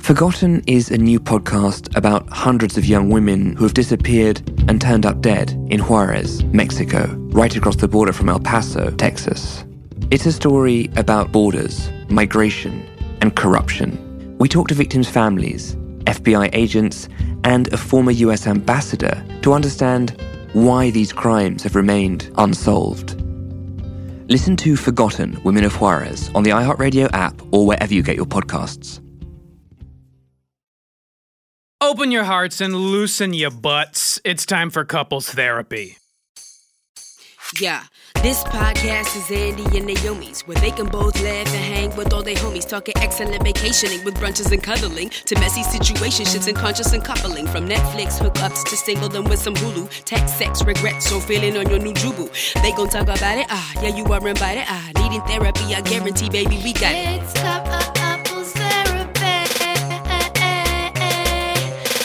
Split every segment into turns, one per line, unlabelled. Forgotten is a new podcast about hundreds of young women who have disappeared and turned up dead in Juarez, Mexico, right across the border from El Paso, Texas. It's a story about borders, migration, and corruption. We talk to victims' families, FBI agents, and a former US ambassador to understand why these crimes have remained unsolved. Listen to Forgotten Women of Juarez on the iHeartRadio app or wherever you get your podcasts.
Open your hearts and loosen your butts. It's time for couples therapy.
Yeah, this podcast is Andy and Naomi's, where they can both laugh and hang with all their homies, talking excellent vacationing with brunches and cuddling, to messy situationships and conscious and coupling, from Netflix hookups to single them with some Hulu, text sex, regrets, or feeling on your new jubu. They gon' talk about it, ah, yeah, you are invited, ah, needing therapy, I guarantee, baby, we got it.
It's cup of apples therapy.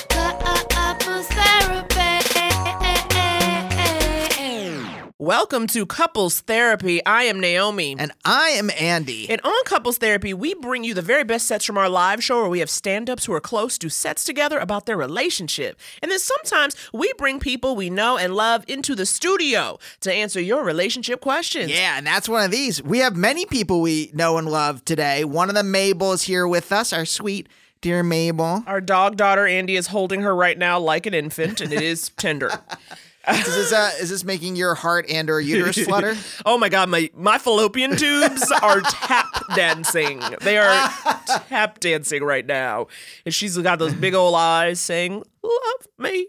Cup of apples therapy.
Welcome to Couples Therapy. I am Naomi.
And I am Andy.
and on Couples Therapy, we bring you the very best sets from our live show where we have stand ups who are close do sets together about their relationship. And then sometimes we bring people we know and love into the studio to answer your relationship questions.
yeah, and that's one of these. We have many people we know and love today. One of them, Mabel, is here with us, our sweet dear Mabel.
Our dog daughter, Andy, is holding her right now like an infant, and it is tender.
Is this, uh, is this making your heart and or uterus flutter?
Oh my god, my my fallopian tubes are tap dancing. They are tap dancing right now. And she's got those big old eyes saying, "Love me."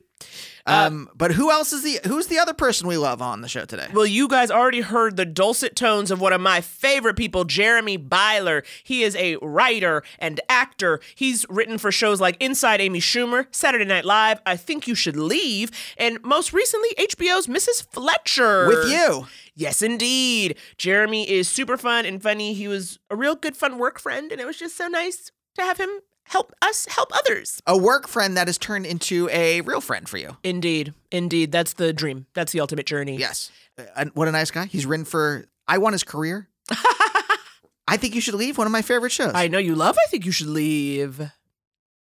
Um, but who else is the who's the other person we love on the show today?
Well, you guys already heard the dulcet tones of one of my favorite people, Jeremy Byler. He is a writer and actor. He's written for shows like Inside Amy Schumer, Saturday Night Live, I Think You Should Leave, and most recently HBO's Mrs. Fletcher.
With you.
Yes, indeed. Jeremy is super fun and funny. He was a real good, fun work friend, and it was just so nice to have him help us help others.
A work friend that has turned into a real friend for you.
Indeed, indeed. That's the dream. That's the ultimate journey.
Yes. Uh, and what a nice guy. He's written for I Want His Career. I think you should leave one of my favorite shows.
I know you love. I think you should leave.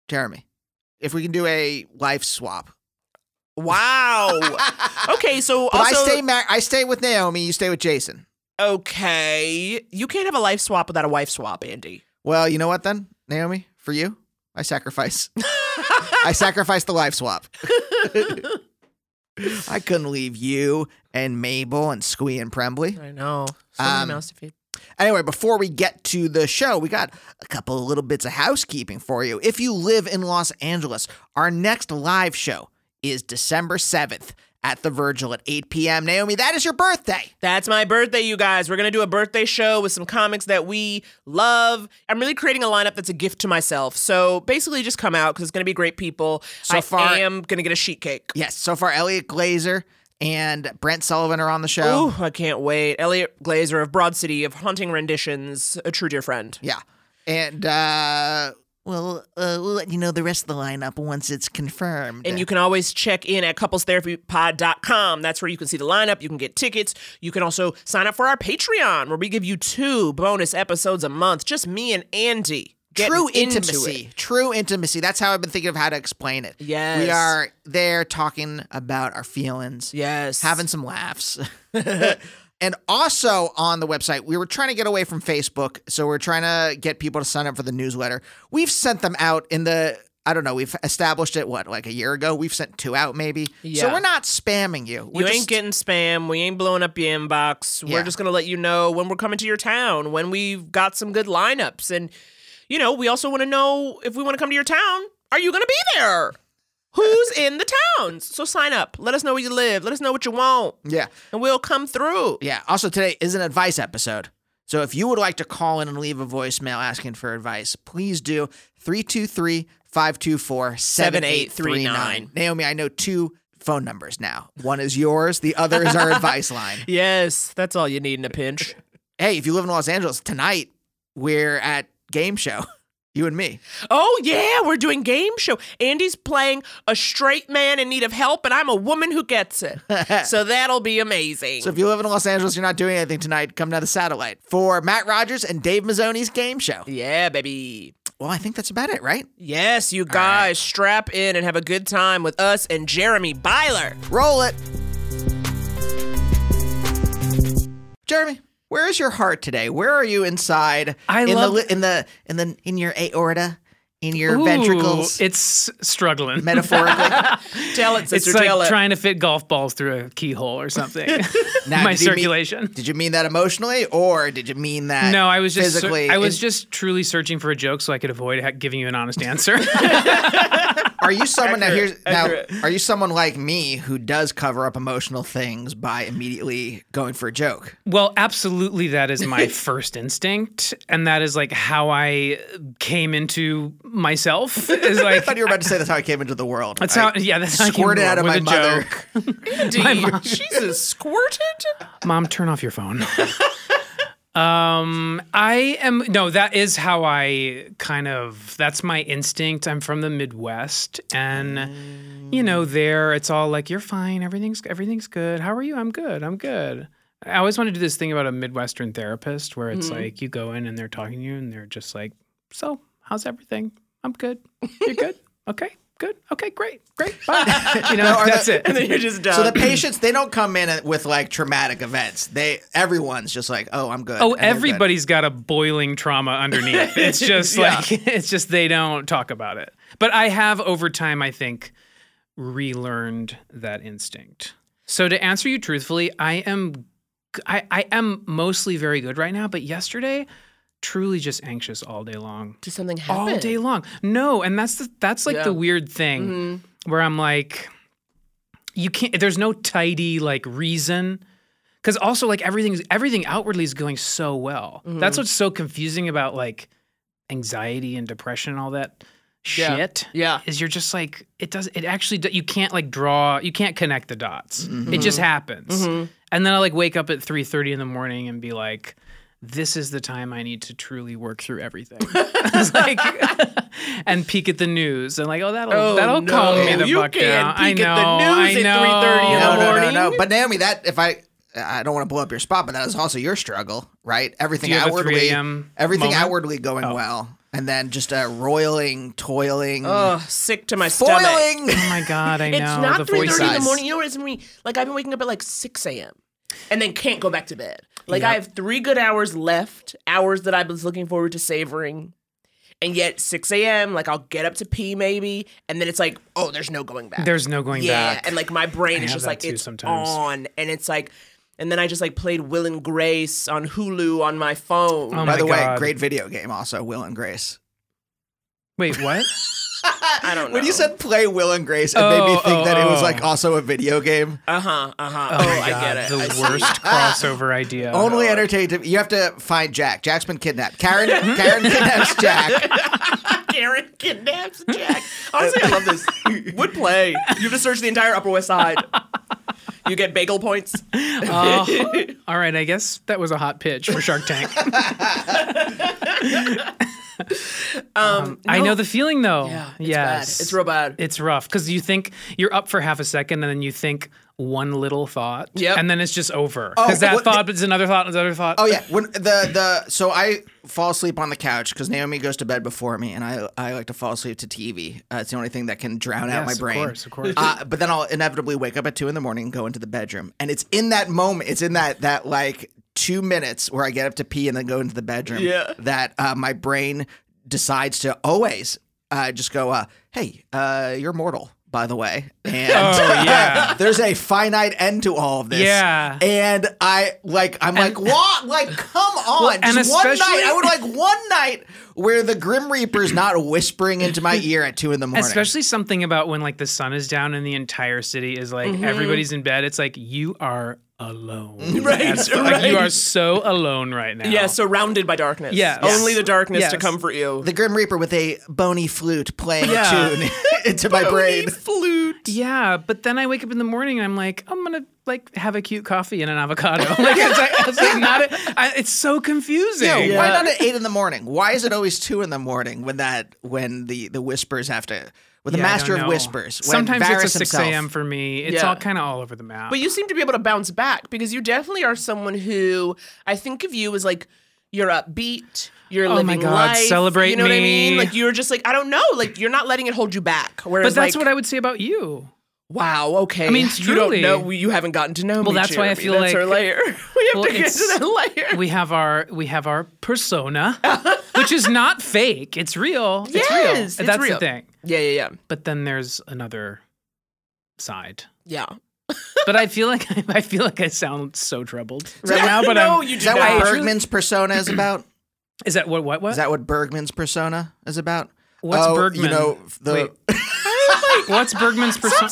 Jeremy. If we can do a life swap.
Wow. okay, so
But
also
I stay mar- I stay with Naomi, you stay with Jason.
okay. You can't have a life swap without a wife swap, Andy.
Well, you know what then, Naomi? For you, I sacrifice. I sacrifice the life swap. I couldn't leave you and Mabel and Squee and Prembly.
I know. So
Um,
many mouths to feed.
Anyway, before we get to the show, we got a couple of little bits of housekeeping for you. If you live in Los Angeles, our next live show is December 7th at the Virgil at 8 p.m. Naomi, that is your birthday.
That's my birthday, you guys. We're going to do a birthday show with some comics that we love. I'm really creating a lineup that's a gift to myself. So basically, just come out because it's going to be great people.
So
I
far-
am going to get a sheet cake.
Yes, so far, Elliot Glazer and Brent Sullivan are on the show.
Ooh, I can't wait. Elliot Glazer of Broad City, of Haunting Renditions, a true dear friend.
Yeah. And uh well, uh, we'll let you know the rest of the lineup once it's confirmed.
And you can always check in at couplestherapypod.com. That's where you can see the lineup. You can get tickets. You can also sign up for our Patreon, where we give you two bonus episodes a month. Just me and Andy. getting
true
into it.
intimacy. True intimacy. That's how I've been thinking of how to explain it.
Yes.
We are there talking about our feelings,
Yes.
having some laughs. and also on the website, we were trying to get away from Facebook, so we're trying to get people to sign up for the newsletter. We've sent them out in the I don't know, we've established it what, like a year ago? We've sent two out maybe. So
Yeah.
we're not spamming you. We're
you
just,
ain't getting spam. We ain't blowing up your inbox.
Yeah.
We're just gonna let you know when we're coming to your town, when we've got some good lineups, and you know, we also want to know if we want to come to your town. Are you gonna be there? Who's in the towns? So sign up. Let us know where you live. Let us know what you want,
Yeah.
and we'll come through.
Yeah. Also, today is an advice episode. So if you would like to call in and leave a voicemail asking for advice, please do 323 524 7839. Naomi, I know two phone numbers now. One is yours, the other is our advice line.
Yes, that's all you need in a pinch.
Hey, if you live in Los Angeles, tonight we're at Game Show, you and me.
oh yeah, we're doing game show. Andy's playing a straight man in need of help, and I'm a woman who gets it. so that'll be amazing.
So if you live in Los Angeles, you're not doing anything tonight, come to the satellite for Matt Rogers and Dave Mazzoni's Game Show.
yeah, baby.
Well, I think that's about it, right?
Yes, you guys, strap in and have a good time with us and Jeremy Byler.
Roll it. Jeremy, where is your heart today? Where are you inside?
I
in
love-
the, li- in the in the in your aorta, in your
Ooh,
ventricles,
It's struggling.
metaphorically.
Tell it,
it's
sister.
like
tell it.
trying to fit golf balls through a keyhole or something.
Now,
My
did you mean-
circulation.
did you mean that emotionally, or did you mean that?
No, I was just ser-
physically.
I was
Is-
just truly searching for a joke so I could avoid ha- giving you an honest answer.
Are you someone now? Here's
Accurate,
now.
accurate.
Are you someone like me who does cover up emotional things by immediately going for a joke?
well, absolutely that is my first instinct and that is like how I came into myself is
I
like
thought you were about to say that's how I came into the world.
that's
I
how yeah, that's how I came
squirted out of my
with a
mother.
joke.
Indeed. Jesus, squirted?
Mom, turn off your phone. um, I am no, that is how I kind of that's my instinct. I'm from the Midwest and you know, there it's all like you're fine, everything's everything's good. How are you? I'm good. I'm good. I always want to do this thing about a Midwestern therapist where
Mm-hmm.
it's like you go in and they're talking to you and they're just like, "So, how's everything? I'm good. You're good? okay. Good. Okay, great. Great. Bye." you know, that's it.
And then you're just done.
So the patients they don't come in with like traumatic events. They everyone's just like, oh, I'm good.
Oh,
and they're good.
everybody's got a boiling trauma underneath. It's just like it's just they don't talk about it. But I have over time, I think, relearned that instinct. So to answer you truthfully, I am I, I am mostly very good right now, but yesterday truly just anxious all day long.
Did something
All day long. No, and that's the that's like
Yeah. Mm-hmm.
the weird thing where I'm like you can't there's no tidy like reason because also like everything's everything outwardly is going so well
Mm-hmm.
that's what's so confusing about like anxiety and depression and all that
Yeah.
shit
Yeah.
is you're just like it does it actually do- you can't like draw you can't connect the dots
Mm-hmm.
it just happens and then i like wake up at 3.30 in the morning and be like this is the time i need to truly work through everything It's like- and peek at the news and like oh that'll
Oh,
that'll calm me
no.
the
You
fuck
can't
down i
peek
know
at the news
i
at
know
3:30 in the
No, no, no,
morning.
no. But Naomi, that if I. I don't want to blow up your spot, but that is also your struggle, right? Everything
Do you have a
outwardly,
3 a.m.
everything
moment? Oh.
outwardly going well, and then just a roiling, toiling,
Oh, sick to my stomach.
foiling.
Oh my god, I know.
It's not
the
three
voices.
thirty in the
voices.
morning. You know what it's me? Like I've been waking up at like six a.m. and then can't go back to bed. Like I have three good hours left, hours that I was looking forward to savoring, and yet six a.m. Like I'll get up to pee maybe, and then it's like, oh, there's no going back.
There's no going
yeah,
back.
and like my brain is
have
just
that
like
too
it's
sometimes.
on, and it's like, and then I just like played Will and Grace on Hulu on my
Oh
phone.
By
my
the way,
God.
great video game, also Will and Grace.
Wait, what?
I don't know.
When you said play Will and Grace, it made me
Oh,
think
oh,
that it was
oh.
like also a video game.
uh huh, uh huh. Oh,
my
I
God,
get it.
The
I see.
worst crossover idea.
Only entertained. You have to find Jack. Jack's been kidnapped. Karen,
Hmm?
Karen kidnaps Jack.
Karen kidnaps Jack. Honestly, I love this. Would play. You have to search the entire Upper West Side. You get bagel points.
Oh, all right, I guess that was a hot pitch for Shark Tank. Um, I know the feeling though. Yeah,
Um, It's
yes,
bad. It's real bad.
It's rough because you think you're up for half a second, and then you think one little thought,
Yep. Oh,
and then it's just over because that
what-
thought is another thought, another thought.
Oh yeah, when the the so I fall asleep on the couch because Naomi goes to bed before me, and I I like to fall asleep to TV. Uh, it's the only thing that can drown
Yes,
out my
of
brain.
course, of course.
Uh, but then I'll inevitably wake up at two in the morning and go into the bedroom, and it's in that moment, it's in that that like two minutes where I get up to pee and then go into the bedroom.
Yeah.
that uh, my brain decides to always uh, just go, uh, hey, uh, you're mortal. By the way, and
Oh, yeah.
there's a finite end to all of this.
Yeah.
and I like I'm like what? Like come on!
Well, and
Just one
especially-
night, I would like one night where the Grim Reaper's not whispering into my ear at two in the morning.
Especially something about when like the sun is down and the entire city is like
Mm-hmm.
everybody's in bed. It's like you are alone.
Right,
That's- Like you are so alone right now.
Yeah, surrounded by darkness.
Yes.
Only the darkness to
Yes.
comfort you.
the Grim Reaper with a bony flute playing
Yeah.
a tune into my brain.
flute.
Yeah, but then I wake up in the morning and I'm like, I'm gonna like have a cute coffee and an avocado. Like it's like, it's like not. A, I, it's so confusing.
Yeah, Why not at eight in the morning? Why is it always two in the morning when that when the the whispers have to with the
Yeah, I don't
master of
know.
whispers? When
Sometimes
Varys
it's a six
himself-
a.m. for me. It's
Yeah.
all kind of all over the map.
But you seem to be able to bounce back because you definitely are someone who I think of you as like you're upbeat, you're
Oh my
living
God,
life.
celebrate
You know what I mean?
me.
Like you're just like I don't know. Like you're not letting it hold you back.
But
Whereas
that's
like,
what I would say about you.
Wow. Okay. I
mean,
you don't
truly.
know. You haven't gotten to know me.
Well, that's why I
Jeremy.
feel
that's
like-
our layer. We have
Well,
to get to
it's-
that layer.
We have our we have our persona, which is not fake. It's real.
Yes,
it's real.
it's
that's
real.
the thing.
yeah, yeah, yeah,
But then there's another side.
yeah.
But I feel like I feel like I sound so troubled right
Yeah,
now. But
no,
I'm,
you
Is
do
that
not.
I
what
truly-
Bergman's persona is about?
is that what what what?
Is that what Bergman's persona is about?
What's
oh,
Bergman?
You know, the
Wait. What's Bergman's persona?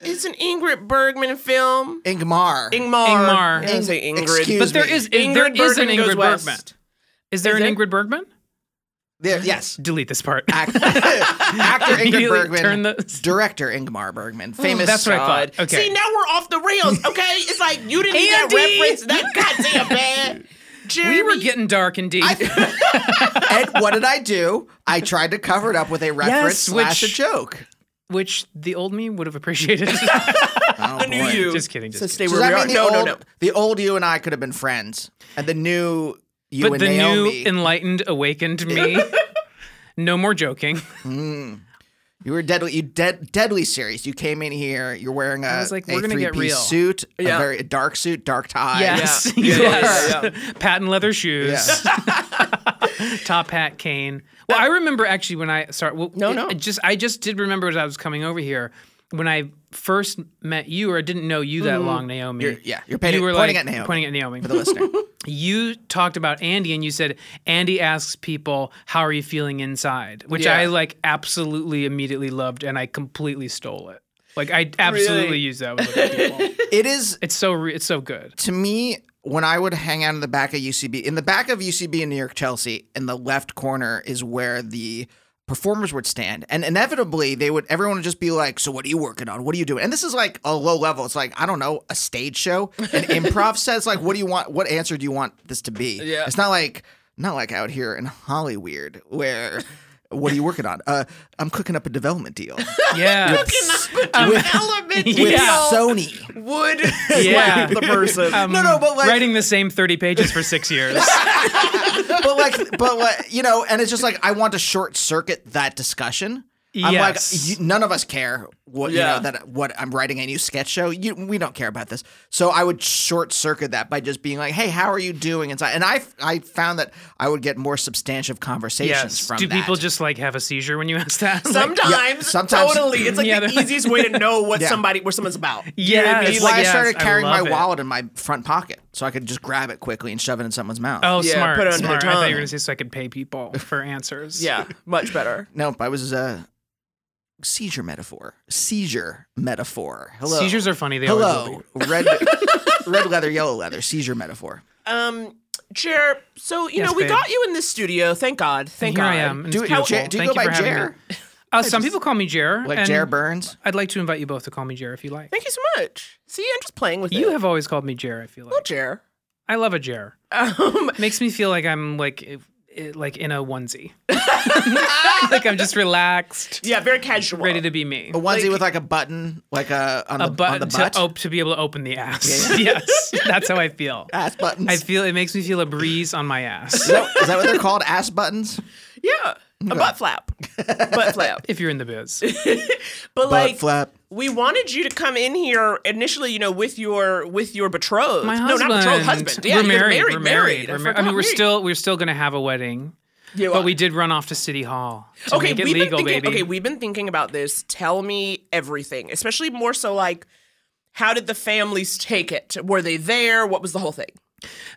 It's an Ingrid Bergman film. Ingmar.
Ingmar.
Ingmar.
I didn't say Ingrid.
Excuse
But there
me.
is there is an
Bergman goes
Ingrid
west.
Bergman. Is there
Is
an
there?
Ingrid Bergman?
There- yes.
Delete this part.
Act- actor Ingrid
Immediately
Bergman.
turn the- Oh,
director Ingmar Bergman. Famous.
That's what I
God.
thought. Okay.
See, now we're off the rails. Okay, it's like you didn't need that
Andy!
reference. That goddamn bad.
we
Jeremy.
were getting dark and deep.
and what did I do? I tried to cover it up with a reference
Yes, which-
slash a joke.
which the old me would have appreciated.
Oh,
the new
boy.
you.
just kidding. Just
So
kidding.
stay
Does
where we
that
are.
mean the
no,
old,
no, no.
the old you and I could have been friends, and the new you
But
and
the
Naomi,
new enlightened, awakened me. no more joking.
you were deadly, you dead, deadly serious. You came in here, you're wearing a,
was like,
a
we're gonna get
three-piece
real.
suit,
Yeah.
a very a dark suit, dark tie.
Yes.
Yeah, yeah,
yes.
yeah,
Patent leather shoes. Top hat, cane. Well, I remember actually when I sorry. Well,
No,
it-
no.
it just I just did remember as I was coming over here when I first met you, or I didn't know you that long, Naomi.
Mm-hmm. You're- yeah, you're pointing-
you were
pointing
like,
at Naomi.
Pointing at Naomi.
For the listener,
you talked about Andy and you said Andy asks people how are you feeling inside, which
Yeah.
I like absolutely immediately loved and I completely stole it. Like I absolutely
Really?
used that with other people.
it is
it's so re- it's so good.
to me when I would hang out in the back of UCB. In the back of UCB in New York Chelsea, in the left corner is where the performers would stand, and inevitably they would. Everyone would just be like, "So what are you working on? What are you doing?" And this is like a low level. It's like I don't know, a stage show, an improv set. It's like, what do you want? What answer do you want this to be?
Yeah.
It's not like not like out here in Hollyweird where. What are you working on? Uh, I'm cooking up a development deal with,
Yeah.
Element
with
Yeah.
Sony.
would
Yeah.
slap the person.
Um,
No, no, but like-
writing the same 30 pages for 6 years.
but like, but like, you know, and it's just like I want to short circuit that discussion. I'm
Yes.
like, you, none of us care what
Yeah.
you know that what I'm writing a new sketch show. You, we don't care about this. So I would short circuit that by just being like, "Hey, how are you doing?" Inside, and I, I found that I would get more substantive conversations
yes.
from
Do
that.
people just like have a seizure when you ask that? Like,
Sometimes,
sometimes-
totally. It's like
Yeah,
the
they're-
easiest way to know what
Yeah.
somebody, what someone's about.
yeah,
It's why I
yes,
started carrying my
love it.
wallet in my front pocket so I could just grab it quickly and shove it in someone's mouth.
Oh,
Yeah,
smart.
put it on their
smart. I thought you
tongue.
were going to say so I could pay people for answers.
Yeah, much better.
Nope, I was a seizure metaphor. Seizure metaphor. Hello.
Seizures are funny. They always will
Hello,
be.
red, red leather, yellow leather, seizure metaphor.
Um, Jer, so you
Yes,
know we
babe.
got you in this studio. Thank God. Thank
Here
God.
I am. and
Do,
it's
you-
beautiful.
Jer- do you
Thank
go by
for having
Jer?
me. Uh, some people call me Jer.
Like
and
Jer Burns?
I'd like to invite you both to call me Jer if you like.
Thank you so much. See, I'm just playing with
You
it.
have always called me Jer. I feel
oh,
like
Jer.
I love a Jer.
Um,
Makes me feel like I'm like if- eh, like in a onesie, like I'm just relaxed,
yeah, very casual.
ready to be me.
A onesie with like a button, like a on
A
the, on the
button
butt.
to op- to be able to open the ass. yes, that's how I feel.
ass buttons.
I feel it makes me feel a breeze on my ass
is, that, is that what they're called? Ass buttons.
Yeah, a butt flap. butt flap.
if you're in the biz.
But
Butt
like,
flap.
we wanted you to come in here initially. You know, with your with your betrothed.
My
no,
husband.
not betrothed. Husband. Yeah,
we're
you're
married.
married.
We're married.
I
We're mar- I
forgot,
mean, we're
married.
still we're still gonna have a wedding,
You
but
are.
we did run off to city hall to
okay,
make it
we've
legal,
been thinking,
baby.
Okay, we've been thinking about this. Tell me everything, especially more so like, how did the families take it? Were they there? What was the whole thing?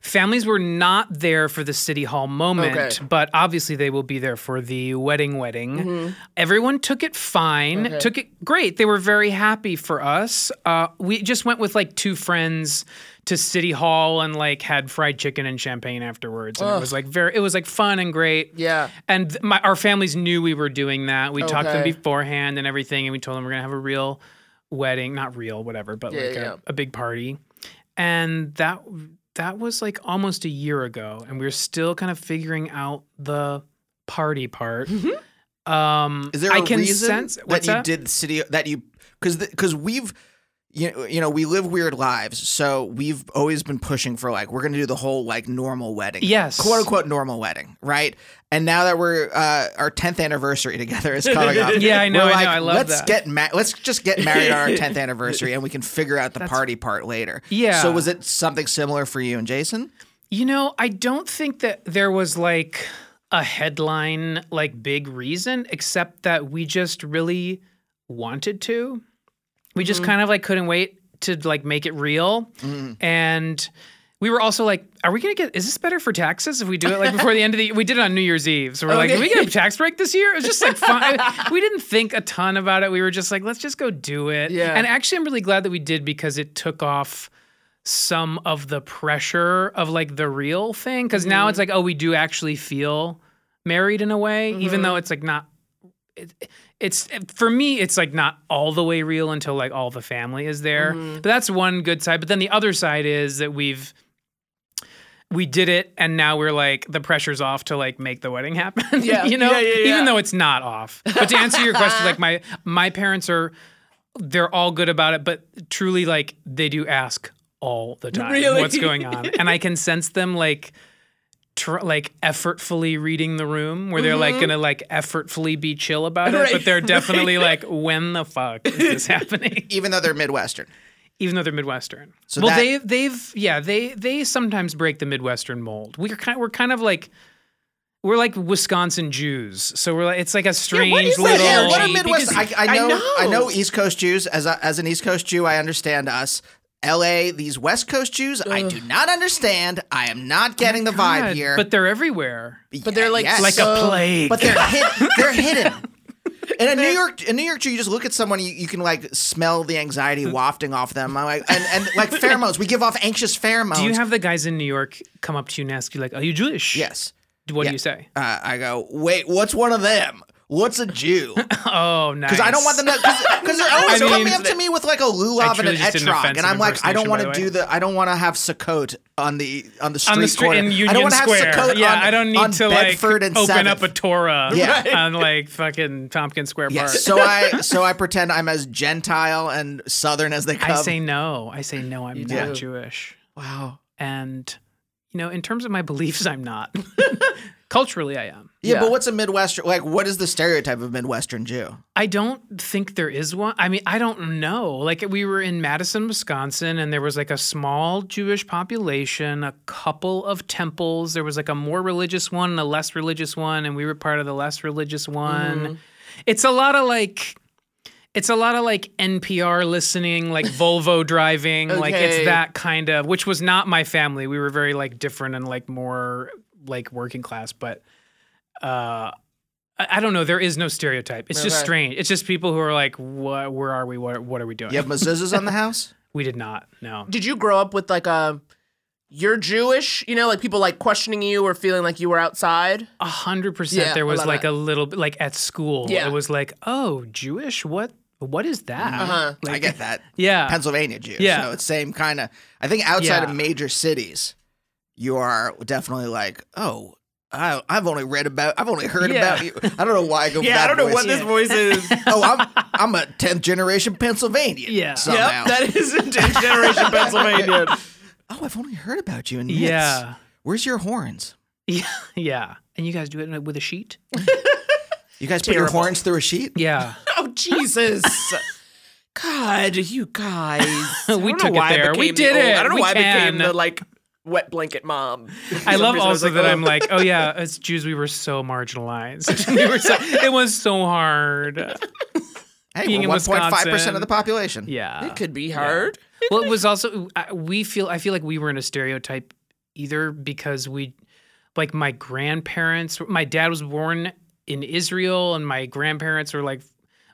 Families were not there for the city hall moment,
Okay.
but obviously they will be there for the wedding wedding. Everyone took it fine, took it great. They were very happy for us. Uh, we just went with like two friends to city hall and like had fried chicken and champagne afterwards and it was like very it was like fun and great.
Yeah.
And th- my our families knew we were doing that. We talked to them
Okay.
beforehand and everything and we told them we're going to have a real wedding, not real whatever, but like
yeah.
a, a big party and that that was like almost a year ago and we are still kind of figuring out the party part um
Is there
Mm-hmm.
a
I can
reason
sense
that
what's
you
that?
did city that you because because we've you, you know, we live weird lives. So we've always been pushing for like, we're going to do the whole like normal wedding.
Yes.
Quote unquote normal wedding. Right. And now that we're, uh, our 10th anniversary together is coming up.
Yeah, I know, I
we're
know,
like,
I love
let's
that."
Get ma- let's just get married on our 10th anniversary and we can figure out the party part later.
Yeah.
So was it something similar for you and Jason?
You know, I don't think that there was like a headline, like big reason, except that we just really wanted to. We just kind of like couldn't wait to like make it real. And we were also like, are we gonna get is this better for taxes if we do it like before the end of the we did it on New Year's Eve. So we're like,
Okay.
did we get a tax break this year? It was just like fun. we didn't think a ton about it. We were just like, let's just go do it.
Yeah.
And actually I'm really glad that we did because it took off some of the pressure of like the real thing because now it's like oh we do actually feel married in a way
Mm-hmm.
even though it's like not it, it's for me it's like not all the way real until like all the family is there
Mm-hmm.
but that's one good side but then the other side is that we've we did it and now we're like the pressure's off to like make the wedding happen
Yeah.
you know
Yeah, yeah, yeah.
even though it's not off but to answer your question like my my parents are they're all good about it, but truly, like they do ask all the time
Really?
what's going on, and I can sense them like. Tr- like effortfully reading the room where they're
Mm-hmm.
like gonna like effortfully be chill about it
Right,
but they're
right.
definitely like when the fuck is this happening
Even though they're Midwestern.
even though they're midwestern
So
well
that-
they've they've yeah they they sometimes break the midwestern mold we're kind we're kind of like we're like wisconsin jews so we're like it's like a strange
is that?
little
Yeah, what a
energy,
Midwest. I,
because-
I
I
know, I know.
know.
East Coast Jews. As a, as an East Coast Jew, I understand us. L.A. These West Coast Jews, I do not understand. I am not getting the vibe
God,
here.
but they're everywhere
but they're like
yes.
like
so-
a plague
but they're hid, they're hidden. In a New York, in New York Jew, you just look at someone, you, you can like smell the anxiety wafting off them. I'm like, and, and like pheromones, we give off anxious pheromones.
Do you have the guys in New York come up to you and ask you like, "Are you Jewish?"
yes?
What do you say?
Uh, I go, wait, what's one of them? What's a Jew?
Oh, nice.
Because I don't want them to. Because they're always
I mean-
coming up to me with like a
I
lulav and
truly
an
just did an
etrog, and
offensive
I'm like, I don't
impersonation,
want to
by the
do
way.
the. I don't want to have Sukkot on the on the street
on the street
corner.
in
I don't
Union
want to have
Square.
Sukkot
yeah,
on,
I don't
on
need to like
Bedford and
open
7th.
up a Torah
Yeah.
on like fucking Tompkins Square Park.
Yes. So I so I pretend I'm as Gentile and Southern as they come.
I say no. I say no. I'm not
do.
Jewish,
wow.
and you know, in terms of my beliefs, I'm not. Culturally, I am.
yeah, but what's a Midwestern? Like, what is the stereotype of Midwestern Jew?
I don't think there is one. I mean, I don't know. Like we were in Madison, Wisconsin, and there was like a small Jewish population, a couple of temples. There was like a more religious one and a less religious one, and we were part of the less religious one.
Mm-hmm.
It's a lot of like it's a lot of like NPR listening, like Volvo driving, like
Okay.
it's that kind of which was not my family. We were very like different and like more like working class, but uh I I don't know. There is no stereotype. It's just
Okay.
strange. It's just people who are like, "What? Where are we? What? What are we doing?"
You have mezuzahs on the house.
We did not. No.
Did you grow up with like a you're Jewish, you know, like people like questioning you or feeling like you were outside?
A hundred percent.
Yeah,
There
I
was
love
like
that.
a little, bit like at school.
Yeah.
It was like, "Oh, Jewish? What? What is that?"
Uh-huh.
I get that.
Yeah.
Pennsylvania Jew.
Yeah.
So it's same kind of. I think
Yeah.
outside of major cities, you are definitely like, oh, I, I've only read about, I've only heard
Yeah.
about you. I don't know why I go. for that voice.
voice is.
oh, I'm I'm a tenth generation Pennsylvanian.
Yeah.
Somehow.
is a generation Pennsylvania.
oh, I've only heard about you in myths.
Yeah.
Where's your horns?
Yeah. Yeah. And you guys do it with a sheet?
You guys put your horns through a sheet?
Yeah.
Oh Jesus. God, you guys. I don't know
took it
why I
there. We
became
did
the old-
it.
I don't know
We
why I
can.
became the like wet blanket mom.
I love also that I'm
like.
like, oh yeah, as Jews we were so marginalized. we were so, it was so hard.
Hey,
Being
we're
in
1.5 percent
Wisconsin.
of the population.
Yeah.
It could be hard.
well, it was also I- we feel I feel like we were in a stereotype either because we like my grandparents my dad was born in Israel and my grandparents were like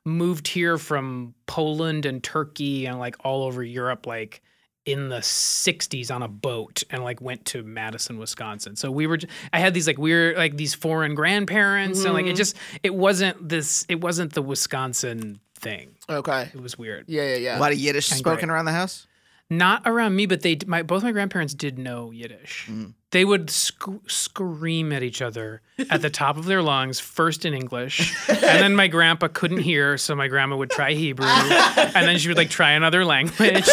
moved here from Poland and Turkey and like all over Europe like in the 60s on a boat and like went to Madison, Wisconsin. So we were j- I had these like weird like these foreign grandparents and like it just it wasn't this it wasn't the Wisconsin thing.
Okay.
It was weird
Yeah, yeah, yeah.
A lot of Yiddish
And
spoken
great.
around the house.
not around me, but they my both my grandparents did know Yiddish. They would sc- scream at each other at the top of their lungs, first in English, and then my grandpa couldn't hear, so my grandma would try Hebrew, and then she would like try another language.
Miriam,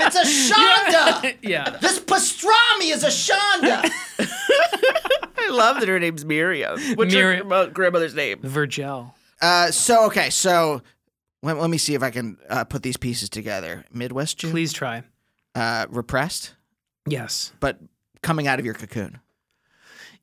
it's a Shonda.
yeah,
this pastrami is a Shonda.
I love that her name's Miriam.
Miriam.
What's your grandma- grandmother's name?
Virgil.
Uh, so okay, so let, let me see if I can uh, put these pieces together. Midwest Jew,
Please try.
uh, repressed,
Yes.
but coming out of your cocoon.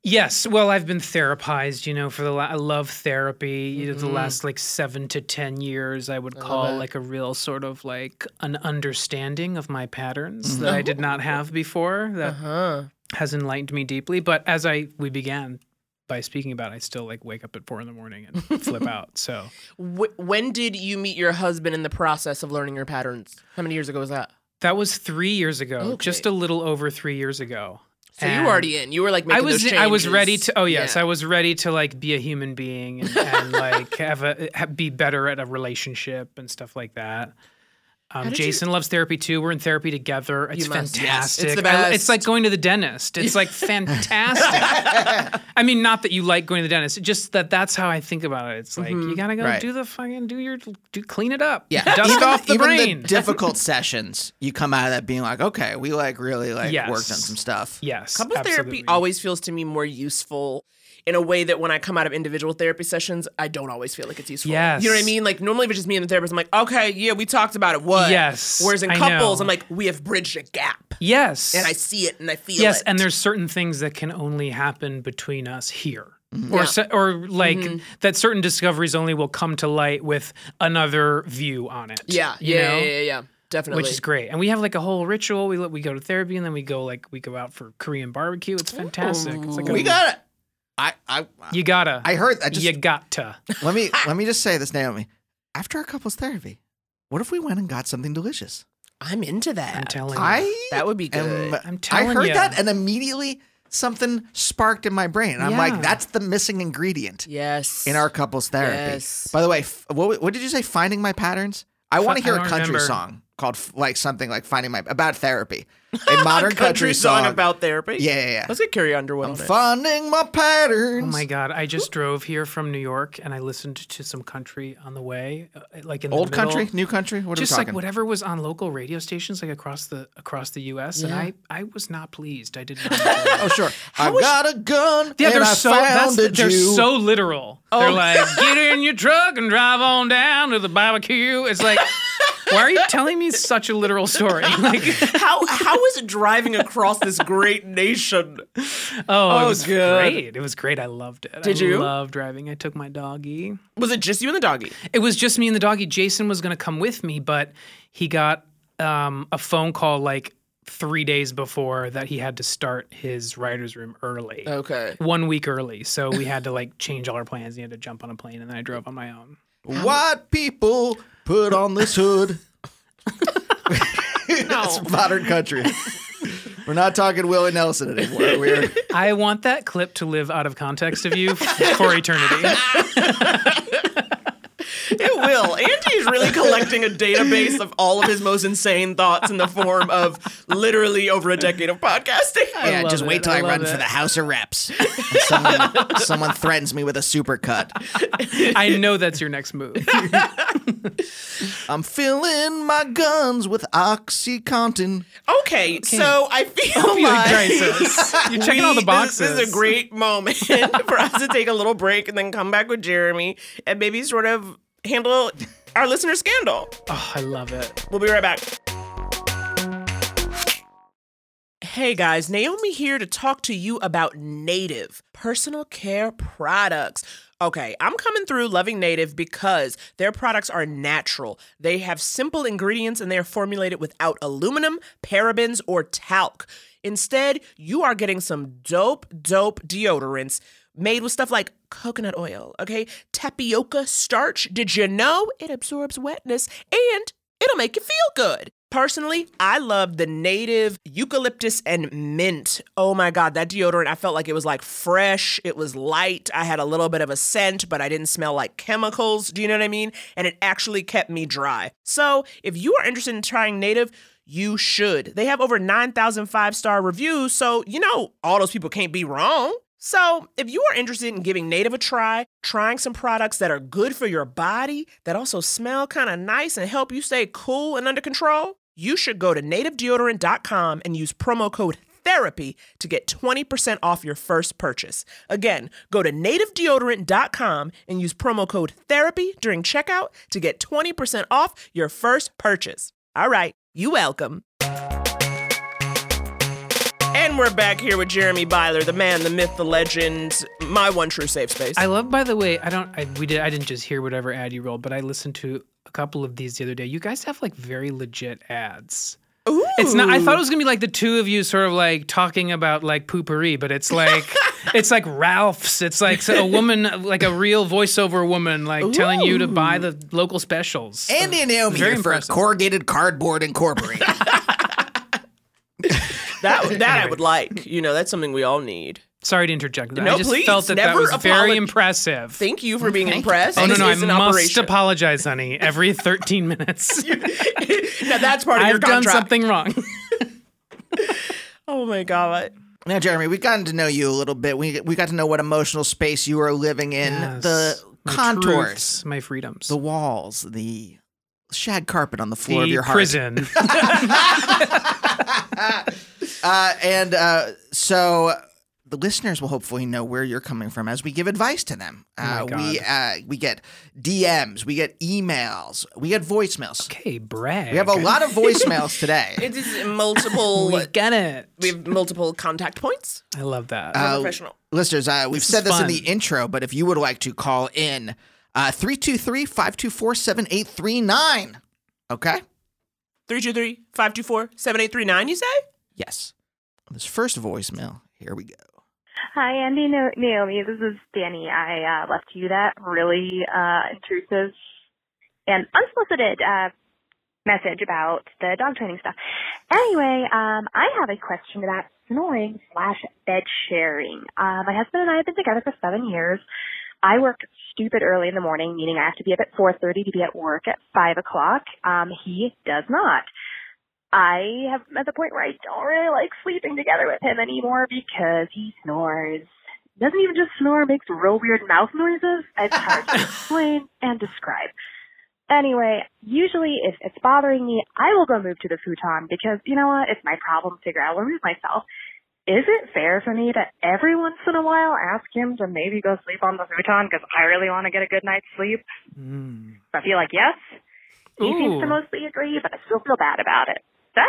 Yes. Well, I've been therapized, you know, for the la- I love therapy. You know, the last like seven to ten years, Mm-hmm. I would call like a real sort of like an understanding of my patterns that I did not have before. That
Uh-huh.
has enlightened me deeply. But as I we began by speaking about, I still like wake up at four in the morning and flip out. So
Wh- when did you meet your husband in the process of learning your patterns? How many years ago was that?
that was three years ago,
Okay.
just a little over three years ago.
So you were already in. You were like making
I was
those
I was
changes.
ready to oh yes
Yeah.
I was ready to like be a human being and, and like have a ha be better at a relationship and stuff like that. Um,
did
Jason loves therapy too. We're in therapy together. It's
must,
fantastic.
yes. It's the
I-
best.
like going to the dentist. It's like fantastic. I mean, not that you like going to the dentist, just that that's how I think about it. It's like
Mm-hmm.
you gotta go
Right.
do the fucking do your do clean it up.
Yeah,
dust
even,
off the
even
brain.
the difficult sessions, you come out of that being like, okay, we like really like
Yes.
worked on some stuff.
yes,
Couple
absolutely.
therapy always feels to me more useful in a way that when I come out of individual therapy sessions, I don't always feel like it's useful.
Yes.
You know what I mean? Like normally if it's just me and the therapist, I'm like, okay, yeah, we talked about it. What?
Yes,
Whereas in
I
couples,
know.
I'm like, we have bridged a gap.
Yes,
And I see it and I feel
yes
it.
and there's certain things that can only happen between us here or se- or like that certain discoveries only will come to light with another view on it
Yeah.
you
Yeah,
know?
yeah, yeah, yeah. Definitely.
Which is great, and we have like a whole ritual. We let- we go to therapy, and then we go like we go out for Korean barbecue. It's fantastic. It's like
we
a,
got it. I I
you gotta
I heard. I just
you gotta
let me let me just say this, Naomi. After our couples therapy, what if we went and got something delicious?
I'm into that.
I'm telling you.
I
that would be good.
am-
I'm
I
telling
heard
ya.
that and immediately something sparked in my brain. I'm
Yeah.
like, that's the missing ingredient
yes.
in our couples therapy.
Yes.
By the way, f- what, what did you say? Finding my patterns. I want to
I
hear a
don't
country
remember.
song called f- like something like finding my about therapy. A modern
country, song, about therapy.
Yeah, yeah, yeah.
Let's get Carrie Underwood.
I'm
on it.
finding my patterns.
Oh my god! I just drove here from New York, and I listened to some country on the way, uh, like in the
Old
middle.
country, new country. What are
just
we
like
talking?
whatever was on local radio stations like across the across the US and
Yeah.
I I was not pleased. I did not. enjoy it.
oh sure. I got a gun.
yeah,
and
they're
I
so that's,
found a
they're
Jew.
so literal.
Oh.
They're like get in your truck and drive on down to the barbecue. It's like why are you telling me such a literal story? Like
how how is it driving across this great nation?
oh, it
Oh,
was
good.
great. It was great. I loved it.
Did
I
you?
love driving. I took my doggy.
Was it just you and the doggy?
It was just me and the doggy. Jason was going to come with me, but he got um, a phone call like three days before that he had to start his writer's room early.
Okay.
One week early. So we had to like change all our plans. He had to jump on a plane, and then I drove on my own.
White people put on this hood. That's modern country. We're not talking Willie Nelson anymore. We're
I want that clip to live out of context of you f- for eternity.
It will. Andy is really collecting a database of all of his most insane thoughts in the form of literally over a decade of podcasting.
yeah,
love
just wait
it.
till
I
I,
love
run
it.
for the House of Reps. And someone, someone threatens me with a supercut.
I know that's your next move.
I'm filling my guns with OxyContin.
Okay, so I feel
Opioid
like
crisis. You're checking all
we-
the boxes.
This, this is a great moment for us to take a little break and then come back with Jeremy and maybe sort of handle our listener scandal.
Oh, I love it.
We'll be right back. Hey guys, Naomi here to talk to you about Native personal care products. Okay, I'm coming through loving Native because their products are natural. They have simple ingredients and they are formulated without aluminum, parabens, or talc. Instead, you are getting some dope, dope deodorants made with stuff like coconut oil, okay? Tapioca starch. Did you know it absorbs wetness and It'll make you feel good. Personally, I love the native eucalyptus and mint. Oh my God, that deodorant, I felt like it was like fresh. It was light. I had a little bit of a scent, but I didn't smell like chemicals. Do you know what I mean? And it actually kept me dry. So if you are interested in trying native, you should. They have over 9,000 five star reviews, so you know all those people can't be wrong. So, if you are interested in giving Native a try, trying some products that are good for your body, that also smell kind of nice and help you stay cool and under control, you should go to nativedeodorant.com and use promo code therapy to get 20% off your first purchase. Again, go to nativedeodorant.com and use promo code therapy during checkout to get 20% off your first purchase. All right, you welcome. And we're back here with Jeremy Byler, the man, the myth, the legend, my one true safe space.
I love, by the way, I don't, I, we did, I didn't just hear whatever ad you rolled, but I listened to a couple of these the other day. You guys have like very legit ads.
Ooh.
It's not. I thought it was gonna be like the two of you sort of like talking about like poopery, but it's like it's like Ralph's. It's like a woman, like a real voiceover woman, like telling you to buy the local specials.
Eh.
Andy and Naomi
Very
here for
impressive.
Corrugated Cardboard Incorporated.
that that I would like. You know, that's something we all need.
Sorry to interject.
No,
I just
please,
felt that that
never
was very
apolog-
impressive.
Thank you for being impressed.
oh no,
This
no, I
is an
must
operation.
apologize, honey. Every 13 minutes,
now that's part of your
I've done
contract.
something wrong.
Oh my god.
Now, Jeremy, we've gotten to know you a little bit. We we got to know what emotional space you are living in. The
My
contours,
truths, my freedoms,
the walls, the shag carpet on the floor of
The
your heart.
prison.
Uh, and uh, so the listeners will hopefully know where you're coming from as we give advice to them.
Oh
Uh, we uh, we get DMs, we get emails, we get voicemails.
okay, brag.
We have a lot of voicemails today.
It is multiple
We get it.
we have multiple contact points.
I love that.
professional.
Uh, Listeners, uh, we've said
is
this in
fun.
the intro, but if you would like to call in, uh, 323 524 7839. Okay?
323 524 7839, you say?
Yes. This first voicemail, here we go.
Hi, Andy, no- Naomi. This is Danny. I uh, left you that really uh, intrusive and unsolicited uh, message about the dog training stuff. Anyway, um, I have a question about snoring slash bed sharing. Uh, my husband and I have been together for seven years. I work stupid early in the morning, meaning I have to be up at 4.30 to be at work at 5 o'clock. Um, he does not. I have I'm at the point where I don't really like sleeping together with him anymore because he snores. Doesn't even just snore, makes real weird mouth noises. It's hard to explain and describe. Anyway, usually if it's bothering me, I will go move to the futon because you know what? It's my problem. Figure out, I'll move myself. Is it fair for me to every once in a while ask him to maybe go sleep on the futon because I really want to get a good night's sleep? I feel like yes. He seems
Ooh.
to mostly agree, but I still feel bad about it. So,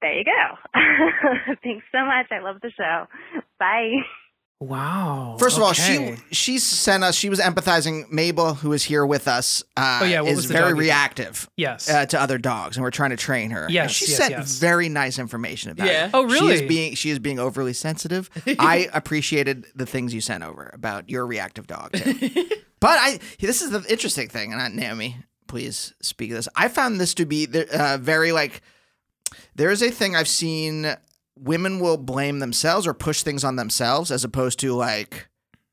there you go. Thanks so much. I love the show. Bye.
Wow.
First of all,
Oh, okay.
she she sent us. She was empathizing. Mabel, who is here with us, uh,
Oh, yeah, what
is
was the
very
dog you-
reactive.
Yes.
uh, to other dogs, and we're trying to train her. And
Yes,
she
yes,
sent
yes.
very nice information about
Yeah.
it.
Oh,
She
really?
is being she is being overly sensitive. I appreciated the things you sent over about your reactive dog. Tim. but I this is the interesting thing, and I, Naomi, please speak of this. I found this to be uh, very like there is a thing I've seen women will blame themselves or push things on themselves as opposed to like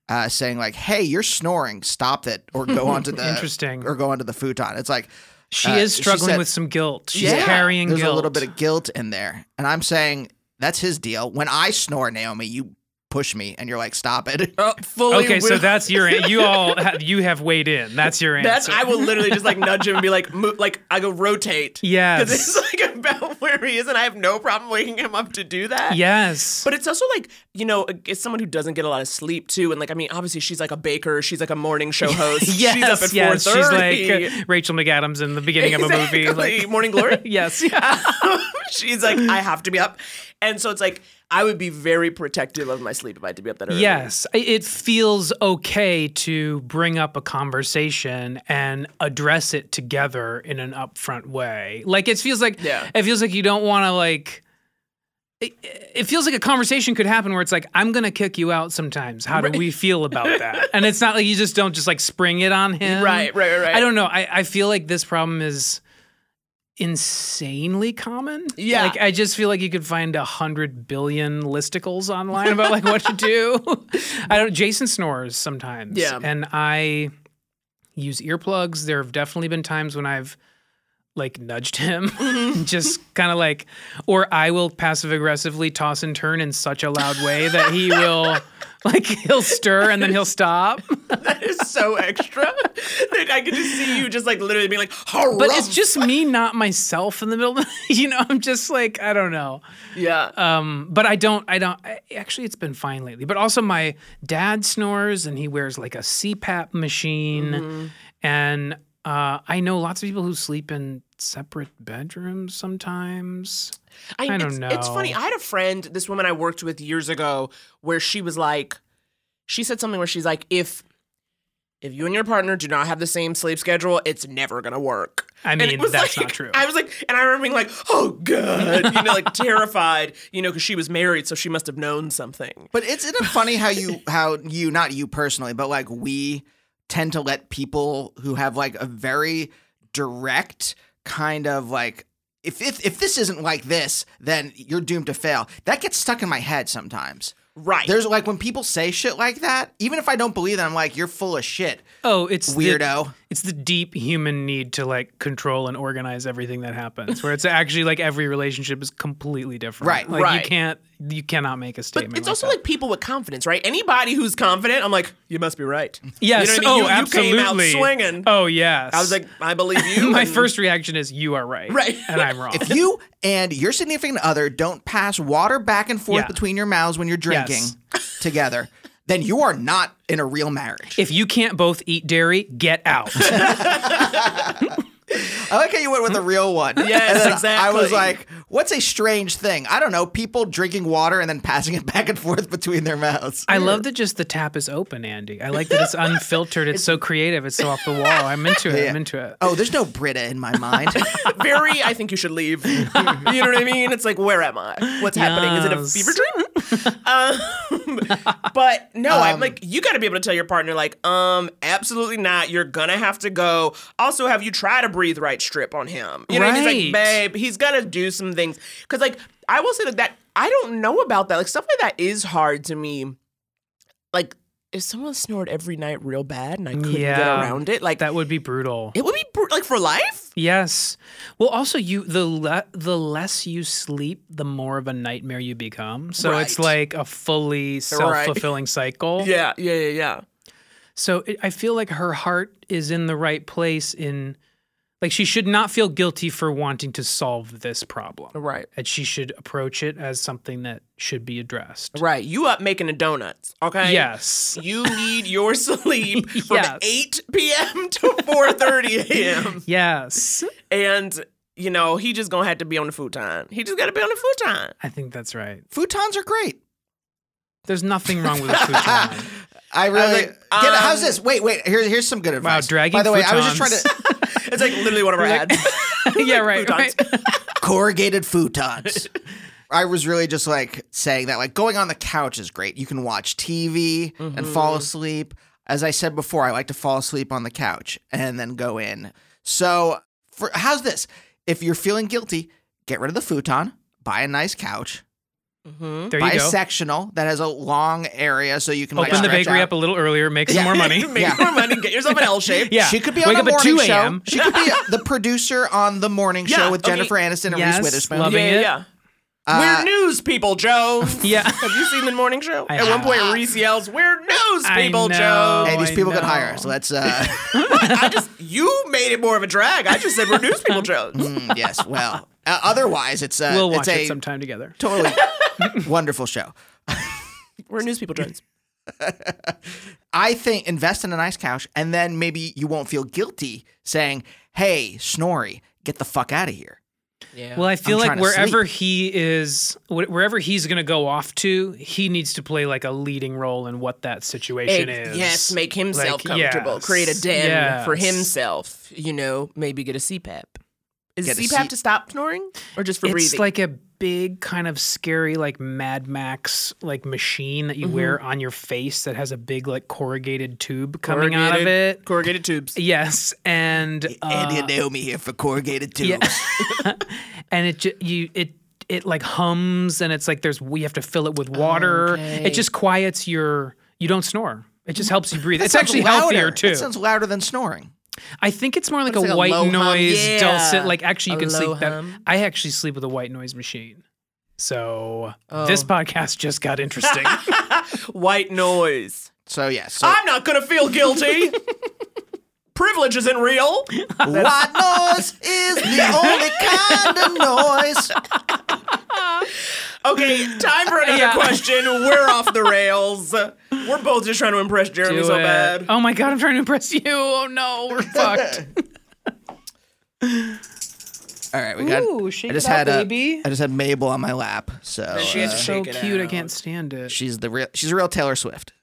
uh, saying like, "Hey, you're snoring. Stop it," or go onto the
Interesting.
or go onto the futon. It's like
she
uh,
is
she
struggling
said-
with some guilt. She's
Yeah.
carrying
There's
guilt.
a little bit of guilt in there, and I'm saying that's his deal. When I snore, Naomi, you push me, and you're like, "Stop it."
Uh,
Oh,
fully
Okay, so
will-
that's your you all have, you have weighed in. That's your answer.
That's I will literally just like nudge him and be like, mo- like I go rotate.
Yes.
because it's like about where he is, and I have no problem waking him up to do that.
Yes.
But it's also like, you know, it's someone who doesn't get a lot of sleep too. And like, I mean, obviously she's like a baker, she's like a morning show host. she's up at
yes.
four
She's
thirty.
like uh, Rachel McAdams in the beginning
exactly.
of a movie. Like,
Morning Glory.
yes.
she's like, I have to be up. And so it's like I would be very protective of my sleep if I had to be up that early.
Yes, I- it feels okay to bring up a conversation and address it together in an upfront way. Like it feels like
Yeah.
it feels like you don't want to like it, it feels like a conversation could happen where it's like I'm going to kick you out sometimes. How do we feel about that? And it's not like you just don't just like spring it on him.
Right, right, right, right.
I don't know. I I feel like this problem is insanely common.
Yeah.
Like I just feel like you could find a hundred billion listicles online about like what to do. I don't Jason snores sometimes.
Yeah.
And I use earplugs. There have definitely been times when I've like nudged him,
Mm-hmm.
just kind of like, or I will passive aggressively toss and turn in such a loud way that he will, like, he'll stir and then he'll stop.
That is so extra. that I could just see you just like literally being like, Harumph.
But it's just me, not myself, in the middle. Of, you know, I'm just like, I don't know.
yeah.
Um, but I don't, I don't, I, actually, it's been fine lately. But also, my dad snores and he wears like a CPAP machine. And uh, I know lots of people who sleep in separate bedrooms sometimes. I don't
it's, It's funny.
know.
I had a friend, this woman I worked with years ago, where she was like, she said something where she's like, if if you and your partner do not have the same sleep schedule, it's never gonna work.
I
And it
mean,
was
that's
like-
not true.
I was like, and I remember being like, oh god, you know, like terrified, you know, because she was married, so she must have known something.
But it's isn't it funny how you how you not you personally, but like we tend to let people who have like a very direct kind of like if if if this isn't like this, then you're doomed to fail. That gets stuck in my head sometimes.
Right.
There's like when people say shit like that, even if I don't believe them, I'm like, you're full of shit.
Oh, it's the-
Weirdo.
it's the deep human need to like control and organize everything that happens. Where it's actually like every relationship is completely different.
Right,
like
right.
You can't, you cannot make a
but
statement.
it's
like
also
that.
like people with confidence, right? Anybody who's confident, I'm like, you must be right.
yes,
You know what I mean?
oh,
You-
absolutely,
you came out swinging.
Oh yes,
I was like, I believe you.
my
and-
first reaction is you are right,
Right.
and I'm wrong.
If you and your significant other don't pass water back and forth
Yeah.
between your mouths when you're drinking
Yes.
together, then you are not in a real marriage.
if you can't both eat dairy, get out.
I like how you went with a real one.
Yes,
And then I
exactly.
was like, what's a strange thing? I don't know. People drinking water and then passing it back and forth between their mouths.
I love that just the tap is open, Andy. I like that it's unfiltered. It's so creative. It's so off the wall. I'm into it. I'm into it.
Oh, there's no Brita in my mind.
very I think you should leave. you know what I mean? It's like, where am I? What's happening? Is it a
Yes.
fever dream? um, but no, I'm like, you got to be able to tell your partner, like, um, absolutely not. You're gonna have to go. Also, have you tried a breathe right strip on him? You know, and he's like,
Right.
babe, he's gonna do some things. Because like, I will say that that I don't know about that. Like stuff like that is hard to me. Like. If someone snored every night real bad and I couldn't get
Yeah.
around it, like
That would be brutal.
it would be br- like for life.
Yes. Well, also you the le- the less you sleep, the more of a nightmare you become. So it's
Right.
like a fully self fulfilling cycle.
Yeah, yeah, yeah, yeah.
So it, I feel like her heart is in the right place. In like she should not feel guilty for wanting to solve this problem.
Right.
And she should approach it as something that should be addressed.
Right. You up making the donuts, okay?
Yes.
You need your sleep from
Yes.
8 p.m. to 4.30 a.m.
Yes.
And, you know, he just gonna have to be on the futon. He just gotta be on the futon.
I think that's right.
Futons are great.
There's nothing wrong with a futon.
I really.
like,
Get it.
um,
how's this? Wait, wait. Here, here's some good
Wow,
advice.
dragging
By the way, I was just trying
futons.
to.
It's like literally one of our ads.
yeah, right.
futons.
right.
corrugated futons. I was really just like saying that, like going on the couch is great. You can watch TV
Mm-hmm.
and fall asleep. As I said before, I like to fall asleep on the couch and then go in. So, for, how's this? If you're feeling guilty, get rid of the futon, buy a nice couch,
There you
buy a
go.
sectional that has a long area so you can like
Open the
stretch
bakery
out.
up a little earlier, make some more money.
Make
Yeah.
more money, get yourself an L shape.
Yeah.
She could be
Wake
on
up
the
at
morning
2
show.
a.m..
She could be the producer on the morning show
Yeah,
with
okay.
Jennifer Aniston and
Yes,
Reese Witherspoon.
love
Yeah,
Loving
yeah,
it.
yeah.
Uh,
Weird news, people, Joe.
Yeah.
Have you seen the morning show?
I
At one
have.
point, Reese yells, "Weird news,
I
people,
know.
Joe."
hey,
Oh,
these
I
people could
know.
hire. So let's. Uh,
I just you made it more of a drag. I just said we're news people, Joe.
Mm, yes. Well, uh, otherwise, it's uh,
We'll
it's
watch
a
it sometime together.
totally wonderful show.
We're news people, Jones.
I think invest in a nice couch, and then maybe you won't feel guilty saying, "Hey, Snorri, get the fuck out of here."
Well, I feel
I'm
like
trying to
wherever he is, wh- wherever he's going to go off to, he needs to play like a leading role in what that situation
Egg-
is.
Yes, make himself
Like,
comfortable.
yes,
Create a den for
yes.
himself. You know, maybe get a CPAP. Is
Get a
CPAP
C-
to stop snoring or just for
It's
breathing?
like a big kind of scary like Mad Max like machine that you
Mm-hmm.
wear on your face that has a big like corrugated tube coming out of
Corrugated-
it.
corrugated tubes.
Yes, and uh,
Andy and Naomi here for corrugated tubes.
yeah. and it ju- you it it like hums and it's like there's we have to fill it with water. It just quiets your you don't snore. It just helps you breathe.
That
it's
sounds
actually
louder.
healthier
That
too.
sounds louder than snoring.
I think it's more like a
like a
white
low hum?
noise
Yeah.
dulcet. Like actually, you
A
can
low
sleep that.
hum?
I actually sleep with a white noise machine. So
Oh.
this podcast just got interesting.
White noise.
So yeah, so
I'm not gonna feel guilty. Privilege isn't real.
white noise is the only kind of noise.
Okay, time for another
Yeah.
question. We're off the rails. We're both just trying to impress Jeremy
Do
so
it.
bad.
Oh my god, I'm trying to impress you. Oh no, we're fucked.
All right, we got.
Ooh, shake
I just
it out,
had uh,
baby.
I just had Mabel on my lap, so
She's
so
uh,
Shake it
cute. I
out.
can't stand it.
she's the real. She's a real Taylor Swift.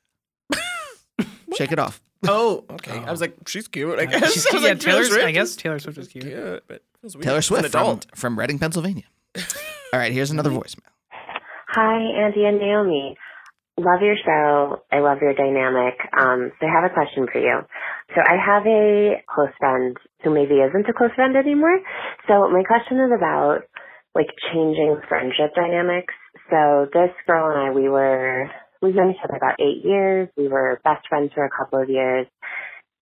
Shake it off.
Oh, okay. I was like, she's cute. I guess.
She's
I
cute.
was
yeah,
like, Taylor
Taylor.
Swift
I
is
guess Taylor Swift is cute.
cute, but feels weird.
Taylor
It's
Swift
an
from,
adult.
from Reading, Pennsylvania. All right, here's another voicemail.
Hi, Andy and Naomi. Love your show. I love your dynamic. Um, so I have a question for you. So I have a close friend who maybe isn't a close friend anymore. So my question is about like changing friendship dynamics. So this girl and I, we were, we've known each other about eight years. We were best friends for a couple of years.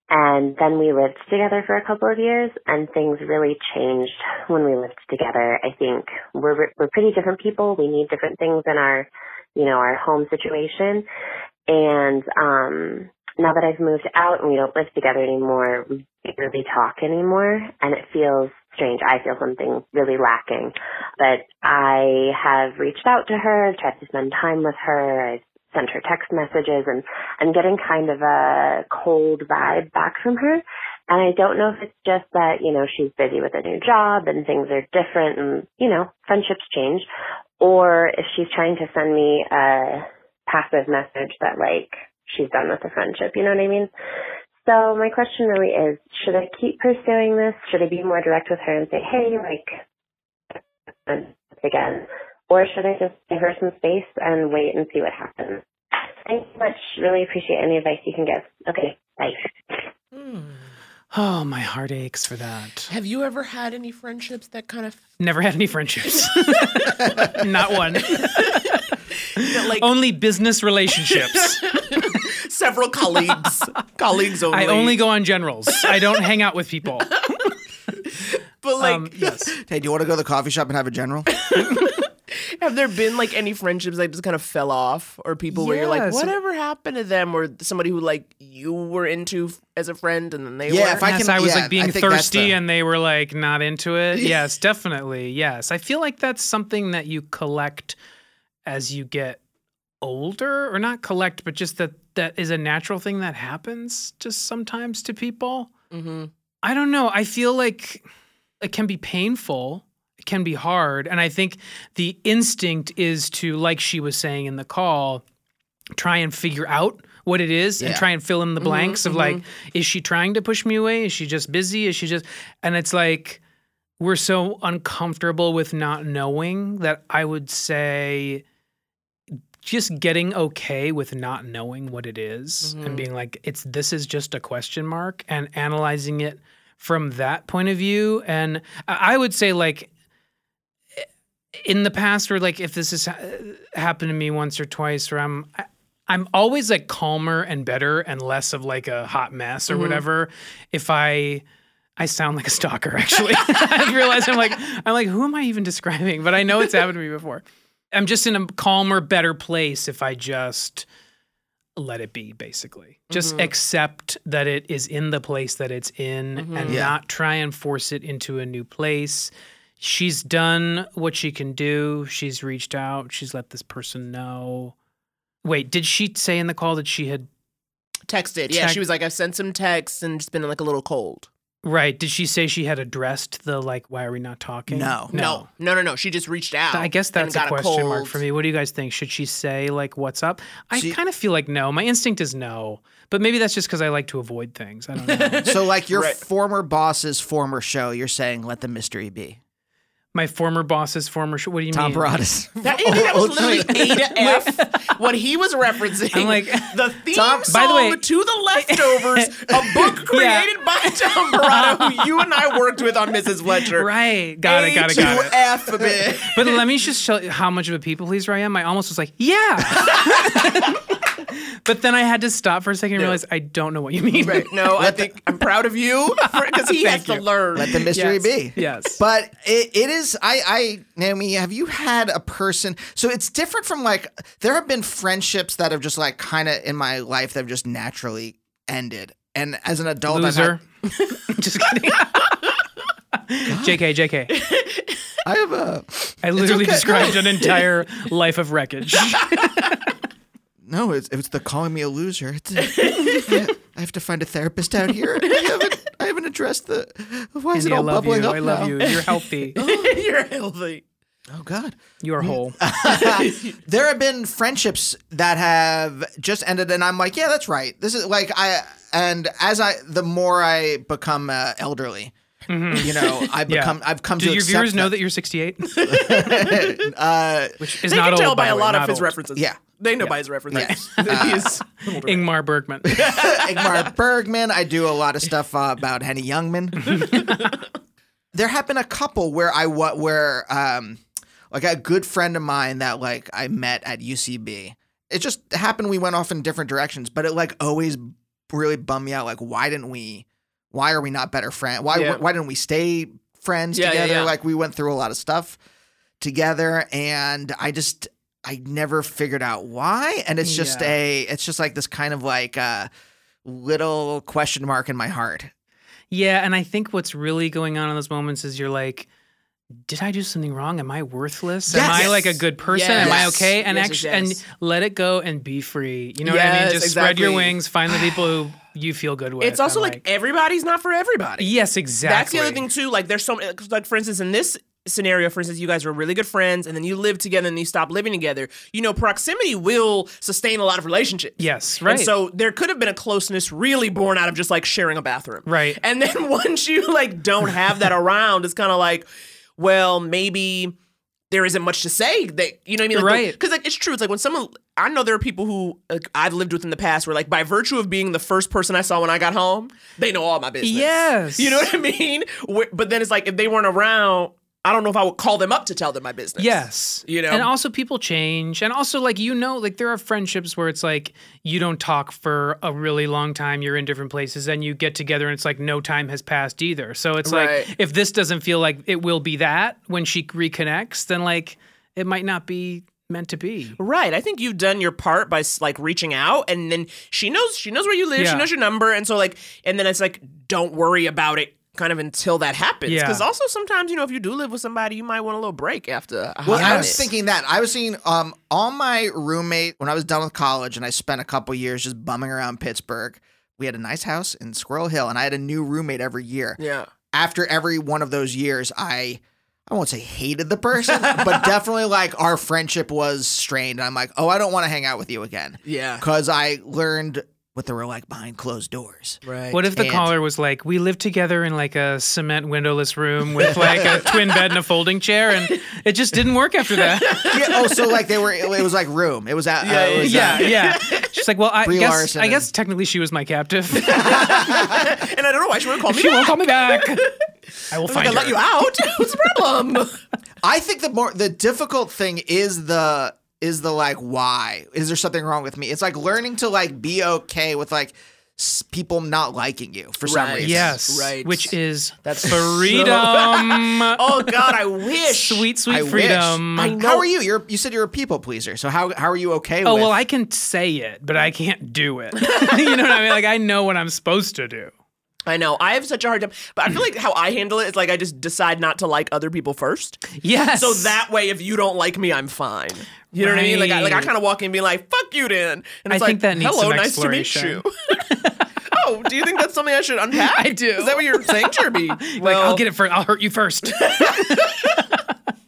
And then we lived together for a couple of years, and things really changed when we lived together. I think we're we're pretty different people. We need different things in our, you know, our home situation. And um, now that I've moved out and we don't live together anymore, we barely talk anymore, and it feels strange. I feel something really lacking. But I have reached out to her, tried to spend time with her. I've sent her text messages and I'm getting kind of a cold vibe back from her. And I don't know if it's just that, you know, she's busy with a new job and things are different and, you know, friendships change, or if she's trying to send me a passive message that like she's done with the friendship, you know what I mean? So my question really is, should I keep pursuing this? Should I be more direct with her and say, hey, like, again? Or should I just give her some space and wait and see what happens? Thanks so much. Really appreciate any advice you can give. Okay, bye.
Oh, my heart aches for that.
Have you ever had any friendships that kind of
Never had any friendships. Not one.
like
only business relationships.
several colleagues, colleagues only?
I only go on generals. I don't hang out with people.
But like,
um, yes.
Hey, do you want to go to the coffee shop and have a general?
have there been like any friendships that just kind of fell off, or people where you're like,
Yes.
whatever happened to them, or somebody who like you were into f- as a friend, and then they
Yeah,
were.
if I
yes,
can-
I was
yeah,
like
I
being
think that's
thirsty
the-
and they were like not into it. Yes, definitely. Yes. I feel like that's something that you collect as you get older or not collect, but just that that is a natural thing that happens just sometimes to people.
mm-hmm.
I don't know. I feel like it can be painful. It can be hard. And I think the instinct is to, like she was saying in the call, try and figure out what it is and
Yeah.
try and fill in the blanks of like, is she trying to push me away? Is she just busy? Is she just. And it's like, we're so uncomfortable with not knowing that I would say just getting okay with not knowing what it is and being like it's this is just a question mark and analyzing it from that point of view and i I would say like in the past or like if this has ha- happened to me once or twice where i'm I, i'm always like calmer and better and less of like a hot mess or whatever if i I sound like a stalker, actually. I realize I'm like, I'm like, who am I even describing? But I know it's happened to me before. I'm just in a calmer, better place if I just let it be, basically. Just
Mm-hmm.
accept that it is in the place that it's in
Mm-hmm.
and
Yeah.
not try and force it into a new place. She's done what she can do. She's reached out. She's let this person know. Wait, did she say in the call that she had
texted. Yeah,
Text-
she was like, I've sent some texts and just been like a little cold.
Right. Did she say she had addressed the like why are we not talking?
No.
No, no, no, no. She just reached out.
I guess
and
that's a
got
question mark
cold.
for me. What do you guys think? Should she say like what's up? I
She-
kind of feel like no. My instinct is no. But maybe that's just cuz I like to avoid things. I don't know.
So, like your
Right.
former boss's former show, you're saying let the mystery be. My
My former boss's former sh- what do you
Tom
Mm.
mean?
Barada's.
That, I mean, that was literally A to F. What he was referencing.
I'm like-
the theme
Tom-
song
by the way-
to the leftovers, a book
Yeah.
created by Tom Barada, who you and I worked with on Mrs. Fletcher.
Right. Got it. Got it. Got it.
F a bit.
But let me just show you how much of a people pleaser I am. I almost was like, yeah. But then I had to stop for a second and realize I don't know what you mean.
Right. No, I think I'm proud of you because he has
Thank
to
you.
learn.
Let the mystery
Yes.
be.
Yes.
But it, it is, I, I, Naomi, have you had a person? So it's different from like, there have been friendships that have just like kind of in my life that have just naturally ended. And as an adult, I've had-
Loser. Just kidding. JK, JK.
I have a,
I literally described an entire life of wreckage.
no, it's, it's the calling me a loser. It's, I, I have to find a therapist out here. I haven't, I haven't addressed the, why is
Andy,
it
I
all
love you.
bubbling up
I love
now?
you. You're healthy.
You're healthy.
Oh God.
You are whole.
there have been friendships that have just ended and i'm like yeah that's right this is like i and as i the more i become uh, elderly you know i
Mm-hmm. Yeah.
become i've come
Do
to
your
accept
viewers know that
that
you're 68?
uh,
Which is
They
not
can
old,
tell by
the
a
way,
lot of
not
his
old.
references.
Yeah.
They know by his references. He's
Ingmar Bergman.
Ingmar Bergman. I do a lot of stuff uh, about Henny Youngman. there have been a couple where I what where um like a good friend of mine that like I met at UCB. It just happened we went off in different directions, but it like always really bummed me out. Like why didn't we? Why are we not better friends? Why
Yeah.
why didn't we stay friends
Yeah, yeah,
together?
yeah.
Like we went through a lot of stuff together, and I just I never figured out why. And it's just
Yeah.
a it's just like this kind of like uh little question mark in my heart.
Yeah, and I think what's really going on in those moments is you're like, did I do something wrong? Am I worthless? Am I
Yes.
like a good person? Am I
Yes.
okay? And
Yes, yes,
actually,
yes.
and let it go and be free. You know what I mean?
Yes,
Just spread your
exactly.
wings, find the people who you feel good with.
it's also
and,
like, everybody's not for everybody.
yes, exactly.
That's the other thing too. Like there's so many, like for instance in this scenario, for instance, you guys were really good friends and then you live together and you stop living together. You know, proximity will sustain a lot of relationships.
Yes, right.
And so there could have been a closeness really born out of just like sharing a bathroom.
Right.
And then once you like don't have that around, it's kind of like, well, maybe there isn't much to say that you know what I mean, like,
Right.
Because like it's true. It's like when someone I know there are people who like, I've lived with in the past where like by virtue of being the first person I saw when I got home, they know all my business.
Yes.
You know what I mean? Wh- But then it's like if they weren't around, I don't know if I would call them up to tell them my business.
Yes.
You know?
And also people change. And also like you know, like there are friendships where it's like you don't talk for a really long time, you're in different places and you get together and it's like no time has passed either. So it's
Right.
like if this doesn't feel like it will be that when she reconnects, then like it might not be meant to be.
Right. I think you've done your part by s- like reaching out and then she knows she knows where you live, she
Yeah.
knows your number and so like and then it's like don't worry about it kind of until that happens
Yeah.
because also sometimes you know if you do live with somebody you might want a little break after a
Well, I
hot minute.
was thinking that I was seeing um all my roommate when I was done with college and I spent a couple years just bumming around Pittsburgh. We had a nice house in Squirrel Hill and I had a new roommate every year.
yeah
After every one of those years, I I won't say hated the person, but definitely like our friendship was strained. And I'm like, oh, I don't want to hang out with you again
yeah
because I learned what they were like behind closed doors.
right
What if the
And-
caller was like, "We live together in like a cement windowless room with like a twin bed and a folding chair, and it just didn't work after that."
yeah, oh, so like they were. It was like room. It was at. uh, it was, uh,
yeah, yeah. She's like, "Well, I
Brie
guess
Larson
I
and-
guess technically she was my captive."
and I don't know why she wouldn't call me
She
back.
won't call me back. I will
I
find
let
her.
you out what's the problem
I think the more the difficult thing is the is the like why is there something wrong with me? It's like learning to like be okay with like s- people not liking you for some
Right.
reason.
Yes,
Right.
Which is
That's
freedom.
oh god I wish
sweet, sweet
I
freedom.
Wish. How are you? You're you said you're a people pleaser. So how how are you okay
Oh
with?
well, I can say it, but I can't do it. you know what I mean? Like I know what I'm supposed to do.
I know I have such a hard time but I feel like how I handle it is like I just decide not to like other people first
Yes.
So that way, if you don't like me, I'm fine. You know what I mean? Like, I, like I
Right.
kind of walk in and be like, "Fuck you, then." And
I
it's like,
think that needs
"Hello,
some
nice to meet you."
exploration.
oh, do you think that's something I should unpack? I do. Is that what you're saying, Jeremy?
Like I'll get it first. I'll hurt you first.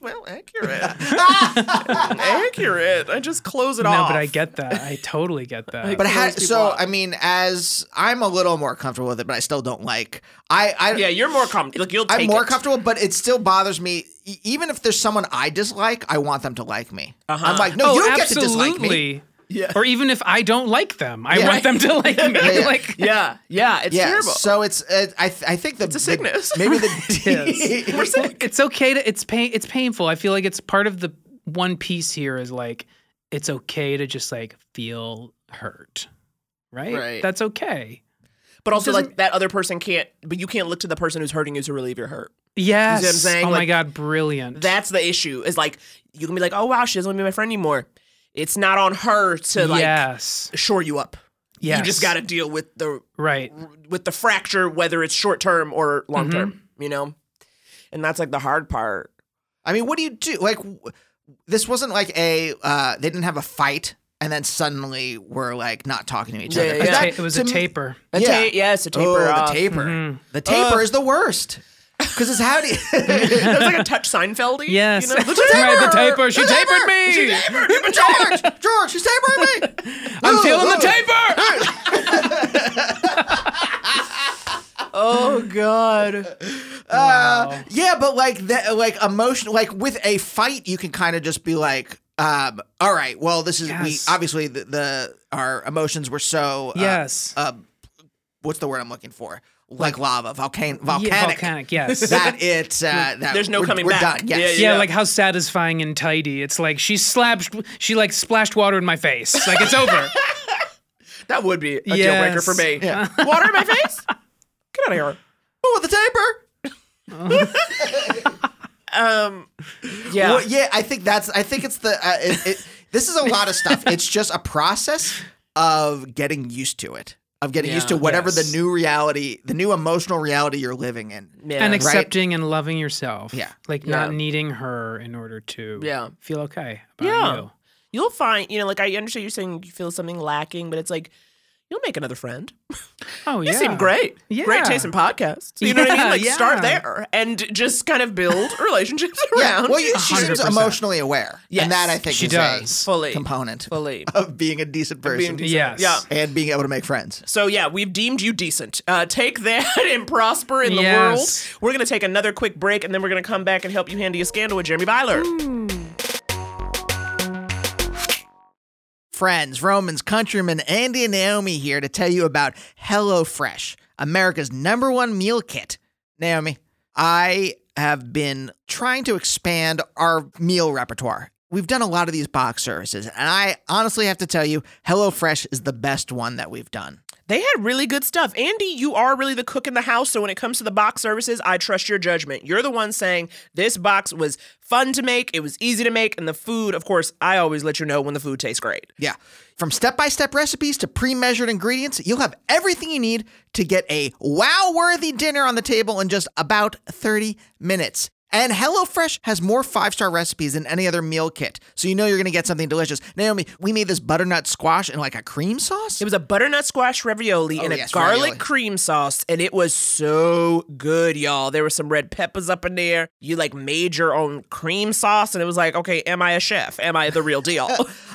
Well, accurate. accurate. I just close it
no,
off.
but I get that. I totally get that.
but how,
throws people
so
off.
I mean, as I'm a little more comfortable with it, but I still don't like. I I
Yeah, you're more comfortable. Like you'll. Take
I'm more
it.
comfortable, but it still bothers me. E- Even if there's someone I dislike, I want them to like me.
Uh-huh.
I'm like, no,
oh,
you don't
absolutely.
get to dislike me.
Yeah.
Or even if I don't like them, I
Yeah.
want them to like me.
yeah.
Like
Yeah, yeah, it's
yeah,
terrible.
so it's uh, I th- I think the it's
a sickness.
maybe the
We're sick.
it's okay to it's pain it's painful i feel like it's part of the one piece here is like it's okay to just like feel hurt, right?
Right.
That's okay.
But also, like
doesn't-
that other person can't. But you can't look to the person who's hurting you to relieve your hurt.
Yes.
saying?
Oh my
Like,
god, brilliant.
That's the issue. Is like you can be like, oh wow, she doesn't want to be my friend anymore. It's not on her to like
yes.
shore you up.
Yes.
You just got to deal with the
right.
with the fracture, whether it's short term or long term. You know, and that's like the hard part.
I mean, what do you do? Like, w- this wasn't like a uh, they didn't have a fight and then suddenly we're like not talking to each
Yeah,
other. 'Cause
yeah.
that-
it was a
to me-
taper.
A
Yeah.
ta- yes, a taper.
Oh,
off. Mm-hmm.
the taper. The taper is the worst because it's how do you?
that was like a touch Seinfeldy.
Yes.
You know?
The Right, the taper. She tapered me.
She tapered me. George, George, she's tapering me.
I'm
Ooh,
feeling the
ooh.
taper.
Oh god.
Uh, yeah, but like that, like emotion, like with a fight, you can kind of just be like, um, all right, well, this is
Yes.
we obviously the, the our emotions were so uh,
Yes.
uh, what's the word I'm looking for? Like, lava, volcano, volcanic.
Yeah, volcanic. Yes.
that it. Uh, that
There's no
we're,
coming
we're
back.
Done. Yes.
yeah,
Yeah.
like how satisfying and tidy. It's like she slapped, she like splashed water in my face. Like it's over.
That would be a deal breaker
Yes.
for me.
Yeah.
Water in my face? Get out of here.
Oh, the taper.
Um, yeah.
Well, yeah, I think that's. I think it's the. Uh, it, it, this is a lot of stuff. It's just a process of getting used to it, of getting used to
Yeah.
whatever
Yes.
the new reality, the new emotional reality you're living in.
yeah.
and accepting and loving yourself.
Yeah.
Like not
Yeah.
needing her in order to
Yeah.
feel okay about
Yeah.
you.
You'll find, you know, like I understand you're saying you feel something lacking, but it's like you'll make another friend.
Oh,
You
yeah.
seem great.
Yeah.
Great taste in podcasts. You know what I
Yeah,
mean? Like
yeah.
start there and just kind of build relationships around.
Yeah. Well, you, she seems
100%.
emotionally aware,
Yes,
and that I think
she
is
does.
a
fully.
component
Fully.
of being a decent person
Being decent.
Yes.
Yeah.
and being able to make friends.
So yeah, we've deemed you decent. Uh, take that and prosper in the
Yes.
world. We're gonna take another quick break, and then we're gonna come back and help you handle your scandal with Jeremy Byler.
Mm.
Friends, Romans, countrymen, Andy and Naomi here to tell you about HelloFresh, America's number one meal kit. Naomi, I have been trying to expand our meal repertoire. We've done a lot of these box services, and I honestly have to tell you, HelloFresh is the best one that we've done.
They had really good stuff. Andy, you are really the cook in the house. So when it comes to the box services, I trust your judgment. You're the one saying this box was fun to make, it was easy to make, and the food, of course, I always let you know when the food tastes great.
Yeah. From step by step recipes to pre measured ingredients, you'll have everything you need to get a wow worthy dinner on the table in just about 30 minutes. And HelloFresh has more five star recipes than any other meal kit, so you know you're gonna get something delicious. Naomi, we made this butternut squash in like a cream sauce.
It was a butternut squash ravioli and a
Oh, yes,
garlic
ravioli.
cream sauce, and it was so good, y'all. There were some red peppers up in there. You like made your own cream sauce, and it was like, okay, am I a chef? Am I the real deal?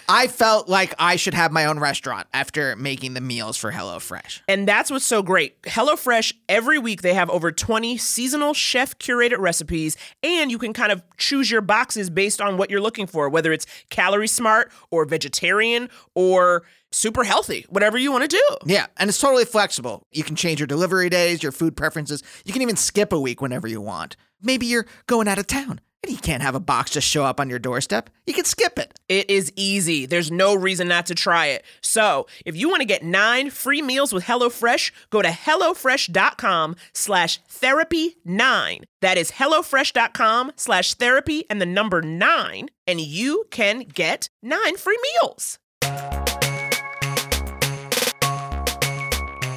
I felt like I should have my own restaurant after making the meals for HelloFresh.
And that's what's so great. HelloFresh, every week they have over 20 seasonal chef curated recipes, and you can kind of choose your boxes based on what you're looking for, whether it's calorie smart or vegetarian or super healthy, whatever you want to do.
Yeah, and it's totally flexible. You can change your delivery days, your food preferences. You can even skip a week whenever you want. Maybe you're going out of town and you can't have a box just show up on your doorstep. You can skip it.
It is easy. There's no reason not to try it. So if you want to get nine free meals with HelloFresh, go to HelloFresh.com slash therapy nine. That is HelloFresh.com slash therapy and the number nine, and you can get nine free meals.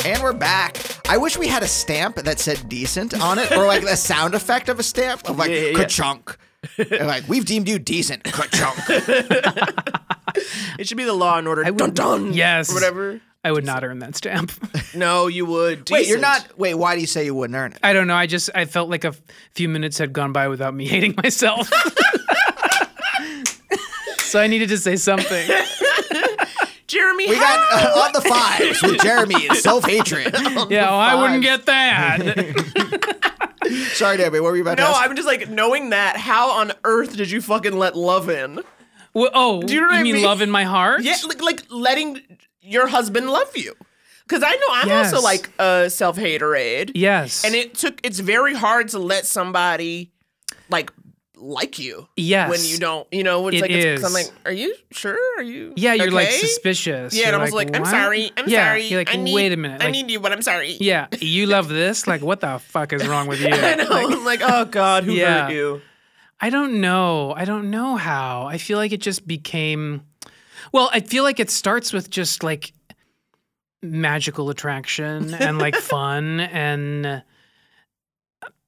And we're back. I wish we had a stamp that said decent on it or like a sound effect of a stamp of like
Yeah, yeah, yeah.
ka-chunk. And, like we've deemed you decent, ka-chunk.
It should be the law and order. dun dun.
Yes.
Or whatever.
I would not earn that stamp.
No, you would.
wait, you're
Decent.
not Wait, why do you say you wouldn't earn it?
I don't know. I just I felt like a f- few minutes had gone by without me hating myself. so I needed to say something.
Jeremy,
We got uh, on the fives with Jeremy and self-hatred.
Yeah, well, I wouldn't get that.
Sorry, Debbie, what were you about
No,
to ask?
I'm just like knowing that. How on earth did you fucking let love in?
well, oh,
you
you,
know what I
mean,
mean?
love in my heart?
Yeah, like, like letting your husband love you. Because I know I'm
Yes.
also like a self haterade.
Yes.
And it took, it's very hard to let somebody like like you
Yes.
when you don't, you know, it's
It
like, it's, 'cause I'm
is.
like, are you sure? Are you?
Yeah, you're like
okay?"
suspicious.
Yeah, and I
You're
was like, I'm
"What?"
sorry. I'm
yeah.
sorry.
You're like,
I need,
wait a minute.
I
like,
need you, but I'm sorry.
yeah, you love this? Like, what the fuck is wrong with you?
I know.
Like,
I'm like, oh God, who
Yeah.
hurt you?
I don't know. I don't know how. I feel like it just became. Well, I feel like it starts with just like magical attraction and like fun and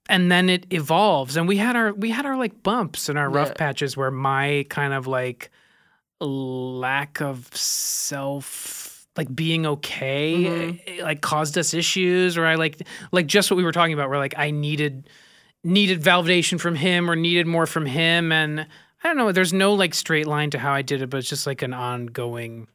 and then it evolves and we had our we had our like bumps and our rough
Yeah.
patches where my kind of like lack of self like being okay
Mm-hmm.
eh, like caused us issues or I like like just what we were talking about where like I needed needed validation from him or needed more from him and I don't know there's no like straight line to how I did it but it's just like an ongoing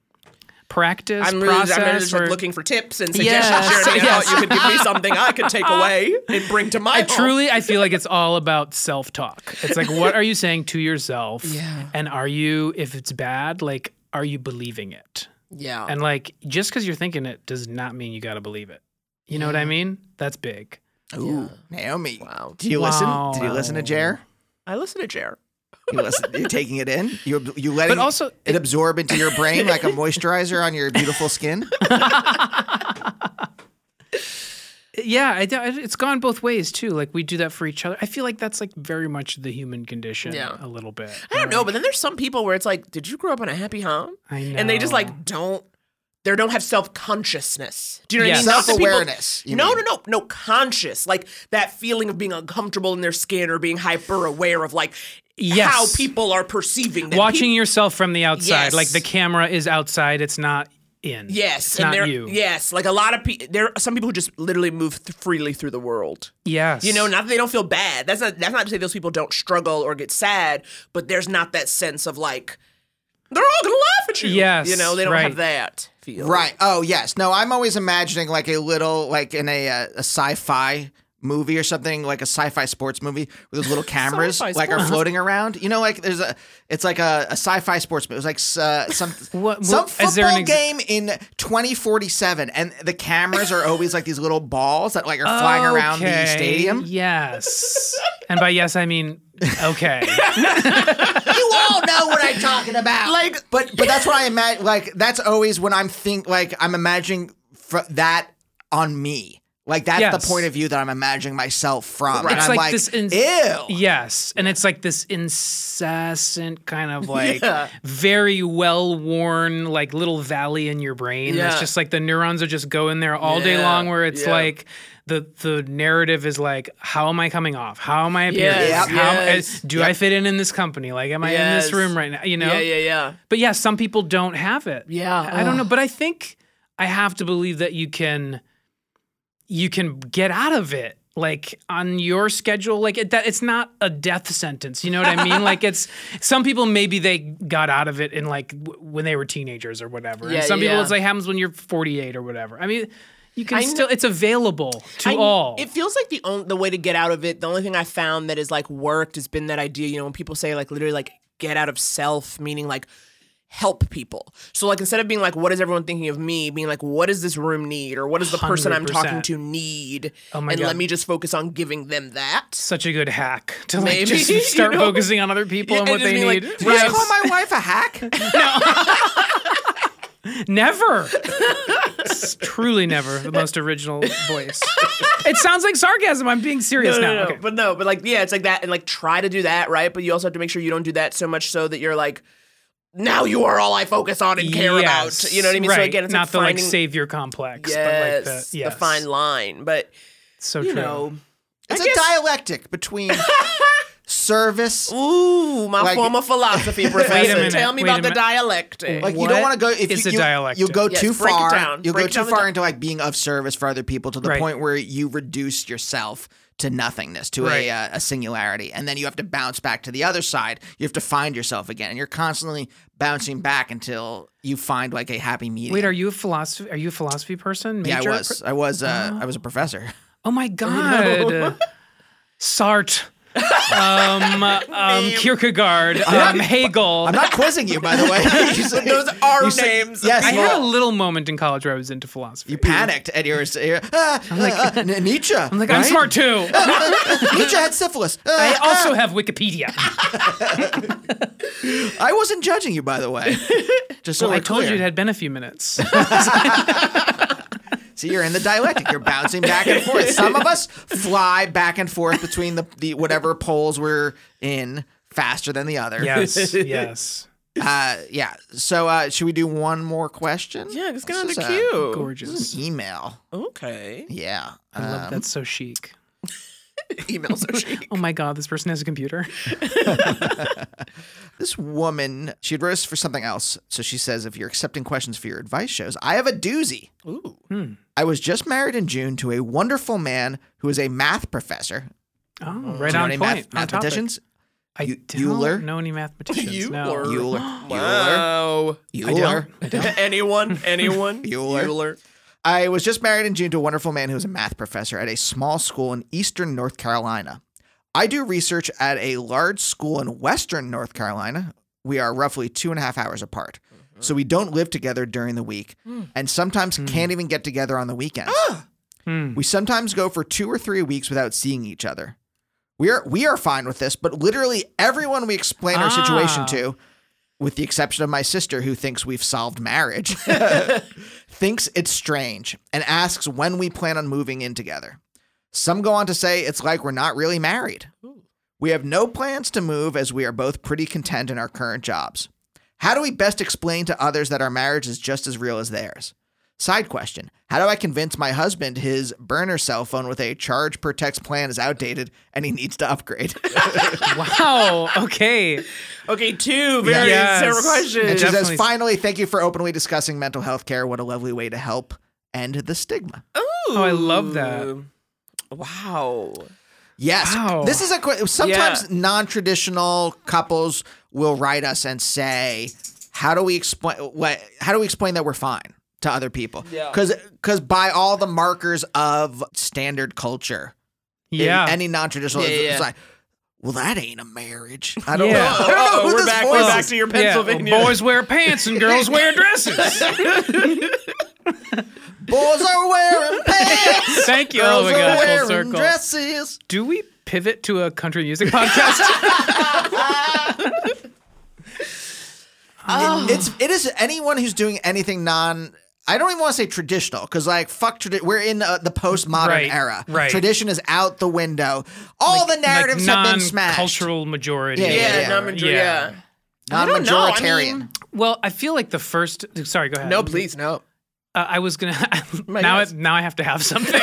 practice
I'm really,
process
I'm really just
where-
looking for tips and
Yes,
suggestions. Jeremy. I
yes.
thought you could give me something I could take away and bring to my
I
home.
truly, I feel like it's all about self talk. It's like, what are you saying to yourself? Yeah. And are you, if it's bad, like, are you believing it?
Yeah.
And like, just because you're thinking it does not mean you got to believe it. You know what I mean? That's big.
Ooh, Naomi.
Wow.
Do you
Wow.
listen? Did you listen to Jer?
I listen to Jer.
You listen, you're taking it in. You you letting
But also-
it absorb into your brain like a moisturizer on your beautiful skin.
Yeah, I, do- I- it's gone both ways too. Like we do that for each other. I feel like that's like very much the human condition.
Yeah.
A little bit.
I don't know, but then there's some people where it's like, did you grow up in a happy home?
I
And they just
know.
like don't, they don't have self consciousness. Do you know
Yes.
what I mean? Not that people-
Self-awareness, you
No,
mean.
no, no, no, conscious. Like that feeling of being uncomfortable in their skin or being hyper aware of like
Yes.
how people are perceiving them.
Watching
Peop-
yourself from the outside,
Yes.
like the camera is outside. It's not in.
Yes,
It's
and
not
there,
you.
Yes, like a lot of people. There, are some people who just literally move th- freely through the world.
Yes.
You know, not that they don't feel bad. That's not that's not to say those people don't struggle or get sad, but there's not that sense of like they're all gonna laugh at you.
Yes,
You know, they don't
right.
have that feel.
Right. Oh yes. No, I'm always imagining like a little like in a uh, a sci-fi movie or something like a sci-fi sports movie with those little cameras
Sci-fi
like are
sports.
floating around. You know, like there's a it's like a, a sci-fi sports movie. It was like uh, some
What-
some
what-
football
is there an ex-
game in 2047, and the cameras are always like these little balls that like are flying around the
Okay,
stadium.
Yes. and by yes, I mean okay.
you all know what I'm talking about. Like, but but that's what I imagine. Like, that's always when I'm think like I'm imagining fr- that on me. Like that's
Yes.
the point of view that I'm imagining myself from, and
It's
I'm
like
like,
this ins-
ew.
yes. And it's like this incessant kind of like very well worn like little valley in your brain. It's
Yeah.
just like the neurons are just going there all day
Yeah,
long where it's
yeah.
like the the narrative is like how am I coming off? How am I appearing?
Yes,
How am-
yes.
do I fit in in this company? Like am I in
Yes.
this room right now? You know?
Yeah, yeah, yeah.
But yeah, some people don't have it.
Yeah,
I don't know, but I think I have to believe that you can you can get out of it like on your schedule like it, that it's not a death sentence you know what i mean like it's some people maybe they got out of it in like w- when they were teenagers or whatever
Yeah,
and some people
yeah.
it's like happens when you're 48 or whatever i mean you can
I kn-
still it's available to
I-
all
It feels like the only the way to get out of it. The only thing I found that has like worked has been that idea. You know, when people say like literally like get out of self, meaning like help people. So like instead of being like, what is everyone thinking of me? Being like, what does this room need, or what does the person I'm talking
100%.
to need?
Oh my
and
God.
let me just focus on giving them that.
such a good hack to like
Maybe,
just
you
start
know?
focusing on other people
Yeah,
and what
and just
they
being like,
need
"Did
Did you just call my wife a hack?
Never. It's truly never the most original voice. It sounds like sarcasm. I'm being serious
No, no,
now.
no, no.
Okay.
But no, but like, yeah, it's like that, and like try to do that, right? But you also have to make sure you don't do that so much so that you're like, now you are all I focus on and care about.
Yes,
You know what I mean?
Right.
So again, it's
not
like
the
finding,
like savior complex,
yes,
but like the, yes.
the fine line. But
So
you
true.
know,
It's
I
a
guess-
dialectic between service.
ooh, my
Like-
former philosophy professor,
minute,
tell me
wait
about
a
the
minute.
dialectic.
Like you don't
What
want to go if
is
you,
a
you,
dialectic?
you go
Yes,
too
break it
far.
down.
You'll
Break it
go
down
too
the
far
down-
into like being of service for other people to the
Right.
point where you reduce yourself to nothingness, to
Right.
a, uh, a singularity, and then you have to bounce back to the other side. You have to find yourself again, and you're constantly bouncing back until you find like a happy medium.
Wait, are you a philosophy? Are you a philosophy person?
yeah, I
Major? Uh-huh.
was, I was, uh, I was a professor.
Oh my god, Sart. um, um, Kierkegaard, um, Hegel.
I'm not quizzing you, by the way. You said-
Those are
you said-
names.
Yes,
I
you,
had a little moment in college where I was into philosophy.
you panicked and you were you ah, I'm like, uh, N- Nietzsche.
I'm like, I'm smart too.
Nietzsche had syphilis. Uh,
I also
ah.
have Wikipedia.
I wasn't judging you, by the way. Just so
Well,
we're
I told
clear.
you it had been a few minutes.
See, you're in the dialectic. You're bouncing back and forth. Some of us fly back and forth between the, the whatever poles we're in faster than the other.
yes, yes.
Uh, yeah. So uh, should we do one more question?
Yeah, it's
This
kind of
is, uh,
cute.
This is
Gorgeous.
an email.
Okay.
Yeah.
I love
Um,
that's so chic.
Emails are chic.
Oh my god, this person has a computer.
This woman, she had wrote us for something else. So she says, if you're accepting questions for your advice shows, I have a doozy.
Ooh.
I was just married in June to a wonderful man who is a math professor.
Oh,
Do
right
you know
on
any
point.
math,
on topic.
mathematicians?
I
Eu-
don't
Euler?
know any mathematicians. no.
Euler.
Euler.
Wow.
Euler. Euler.
Anyone? Anyone?
Bueller. I was just married in June to a wonderful man who was a math professor at a small school in eastern North Carolina. I do research at a large school in western North Carolina. We are roughly two and a half hours apart.
Mm-hmm.
So we don't live together during the week and sometimes can't even get together on the weekends.
Hmm.
We sometimes go for two or three weeks without seeing each other. We are we are fine with this, but literally everyone we explain our situation
Ah.
to, with the exception of my sister who thinks we've solved marriage, thinks it's strange and asks when we plan on moving in together. Some go on to say it's like we're not really married. We have no plans to move as we are both pretty content in our current jobs. How do we best explain to others that our marriage is just as real as theirs? Side question How do I convince my husband his burner cell phone with a charge per text plan is outdated and he needs to upgrade?
Wow. Okay.
Okay, two very
Yes.
several
and
questions.
she says,
Definitely.
Finally, thank you for openly discussing mental health care. What a lovely way to help end the stigma.
Oh, I love that.
Ooh. Wow.
Yes.
Wow.
This is a que- sometimes non-traditional couples will write us and say, "How do we explain what how do we explain that we're fine to other people?"
Yeah.
Cuz cuz by all the markers of standard culture in
Yeah.
any non-traditional
Yeah, yeah,
it's
yeah.
like, "Well, that ain't a marriage." I don't
Yeah.
know. I don't know
Uh-oh,
who
Oh, we're
this
back.
voice
We're
is.
back to your
Yeah,
Pennsylvania.
boys wear pants and girls wear dresses.
Boys are wearing pants.
Thank you.
Girls
oh my
are
god, full
wearing
circle.
dresses.
Do we pivot to a country music podcast? Oh.
It- it's it is anyone who's doing anything non. I don't even want to say traditional because like fuck tradi- We're in uh, the postmodern
Right,
era.
right.
Tradition is out the window. All the narratives have been smashed.
Cultural majority.
Yeah,
Yeah,
yeah.
number three,
Yeah.
yeah. don't know, I
Non-majoritarian.
mean-
Well, I feel like the first. Sorry, go ahead.
No, please, no.
Uh, I was gonna. now, I,
goodness.
now I have to have something.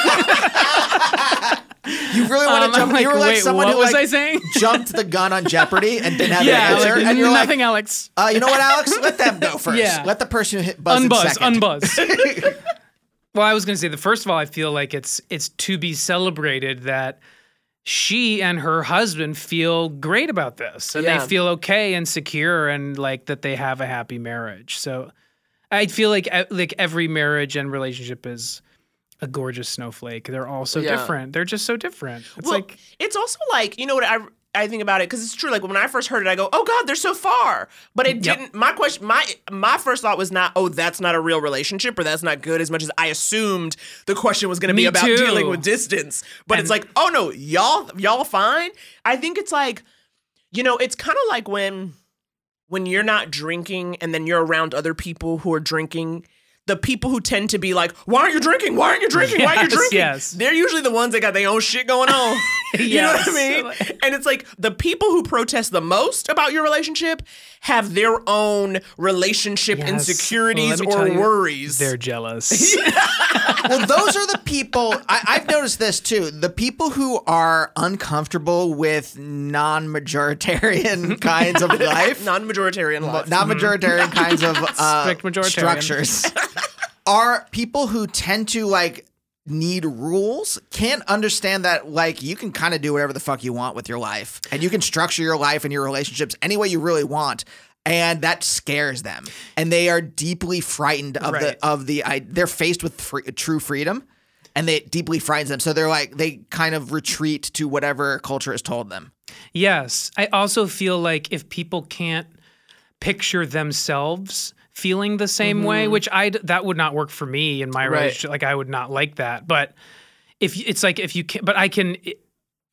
you really want
Um,
to
I'm
jump?
like,
you were like
wait,
someone
what
who
was
like,
I saying?
jumped the gun on Jeopardy and didn't have an answer,
like,
and you're
nothing,
like,
Alex.
uh, you know what, Alex? Let them go first.
Yeah.
Let the person who hit buzz in
Unbuzz,
second.
unbuzz. well, I was gonna say the first of all, I feel like it's it's to be celebrated that she and her husband feel great about this, and
Yeah.
they feel okay and secure, and like that they have a happy marriage. So, I feel like e- like every marriage and relationship is a gorgeous snowflake. They're all so
Yeah.
different. They're just so different. It's
well,
like
it's also like you know what I I think about it because it's true. Like when I first heard it, I go, "Oh God, they're so far." But it
Yep.
didn't. My question, my my first thought was not, "Oh, that's not a real relationship" or "That's not good." As much as I assumed the question was going to be
Me
about
too.
dealing with distance. But it's like, "Oh no, y'all y'all fine." I think it's like, you know, it's kind of like when when you're not drinking and then you're around other people who are drinking, the people who tend to be like, "Why aren't you drinking? Why aren't you drinking? Why aren't you
Yes,
drinking?"
yes.
They're usually the ones that got their own shit going on. You know what I
Yes.
mean? And it's like the people who protest the most about your relationship have their own relationship
Yes.
insecurities
Let me
or
tell you,
worries.
They're jealous.
well, those are the people. I, I've noticed this too. The people who are uncomfortable with non-majoritarian kinds of life,
non-majoritarian life.
non-majoritarian kinds of uh,
Mm-hmm. Strict majoritarian.
structures, are people who tend to like need rules can't understand that like you can kind of do whatever the fuck you want with your life and you can structure your life and your relationships any way you really want and that scares them and they are deeply frightened of
Right.
the of the I, they're faced with free, true freedom and they, it deeply finds them. So they're like, they kind of retreat to whatever culture has told them.
Yes. I also feel like if people can't picture themselves feeling the same way, which I that would not work for me in my
Mm-hmm. Right.
relationship. Like I would not like that. But if y- it's like if you can, but I can i-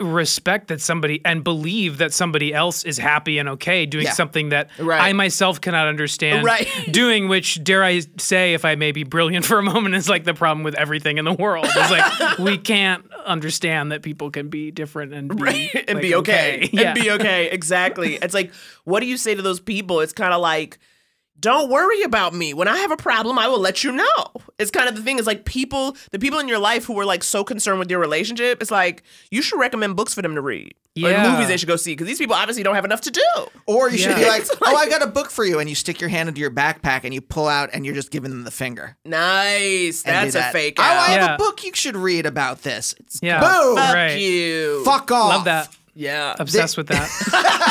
respect that somebody and believe that somebody else is happy and okay doing
Yeah.
something that
Right.
I myself cannot understand
Right.
doing which dare I say if I may be brilliant for a moment is like the problem with everything in the world it's like we can't understand that people can be different and be,
and
like,
be okay,
Yeah.
and be okay. Exactly. it's like, what do you say to those people? It's kind of like, don't worry about me. When I have a problem, I will let you know. It's kind of the thing. It's like people, the people in your life who were like so concerned with your relationship. It's like you should recommend books for them to read,
Yeah.
or movies they should go see because these people obviously don't have enough to do.
Or you should be
Yeah.
like, oh, I got a book for you. And you stick your hand into your backpack and you pull out and you're just giving them the finger.
Nice.
and do
That's a
that.
fake
Oh, I
out.
have
Yeah.
a book you should read about this. It's
Yeah.
Boom.
Fuck
Right.
you.
Fuck off.
love that
Yeah.
obsessed with that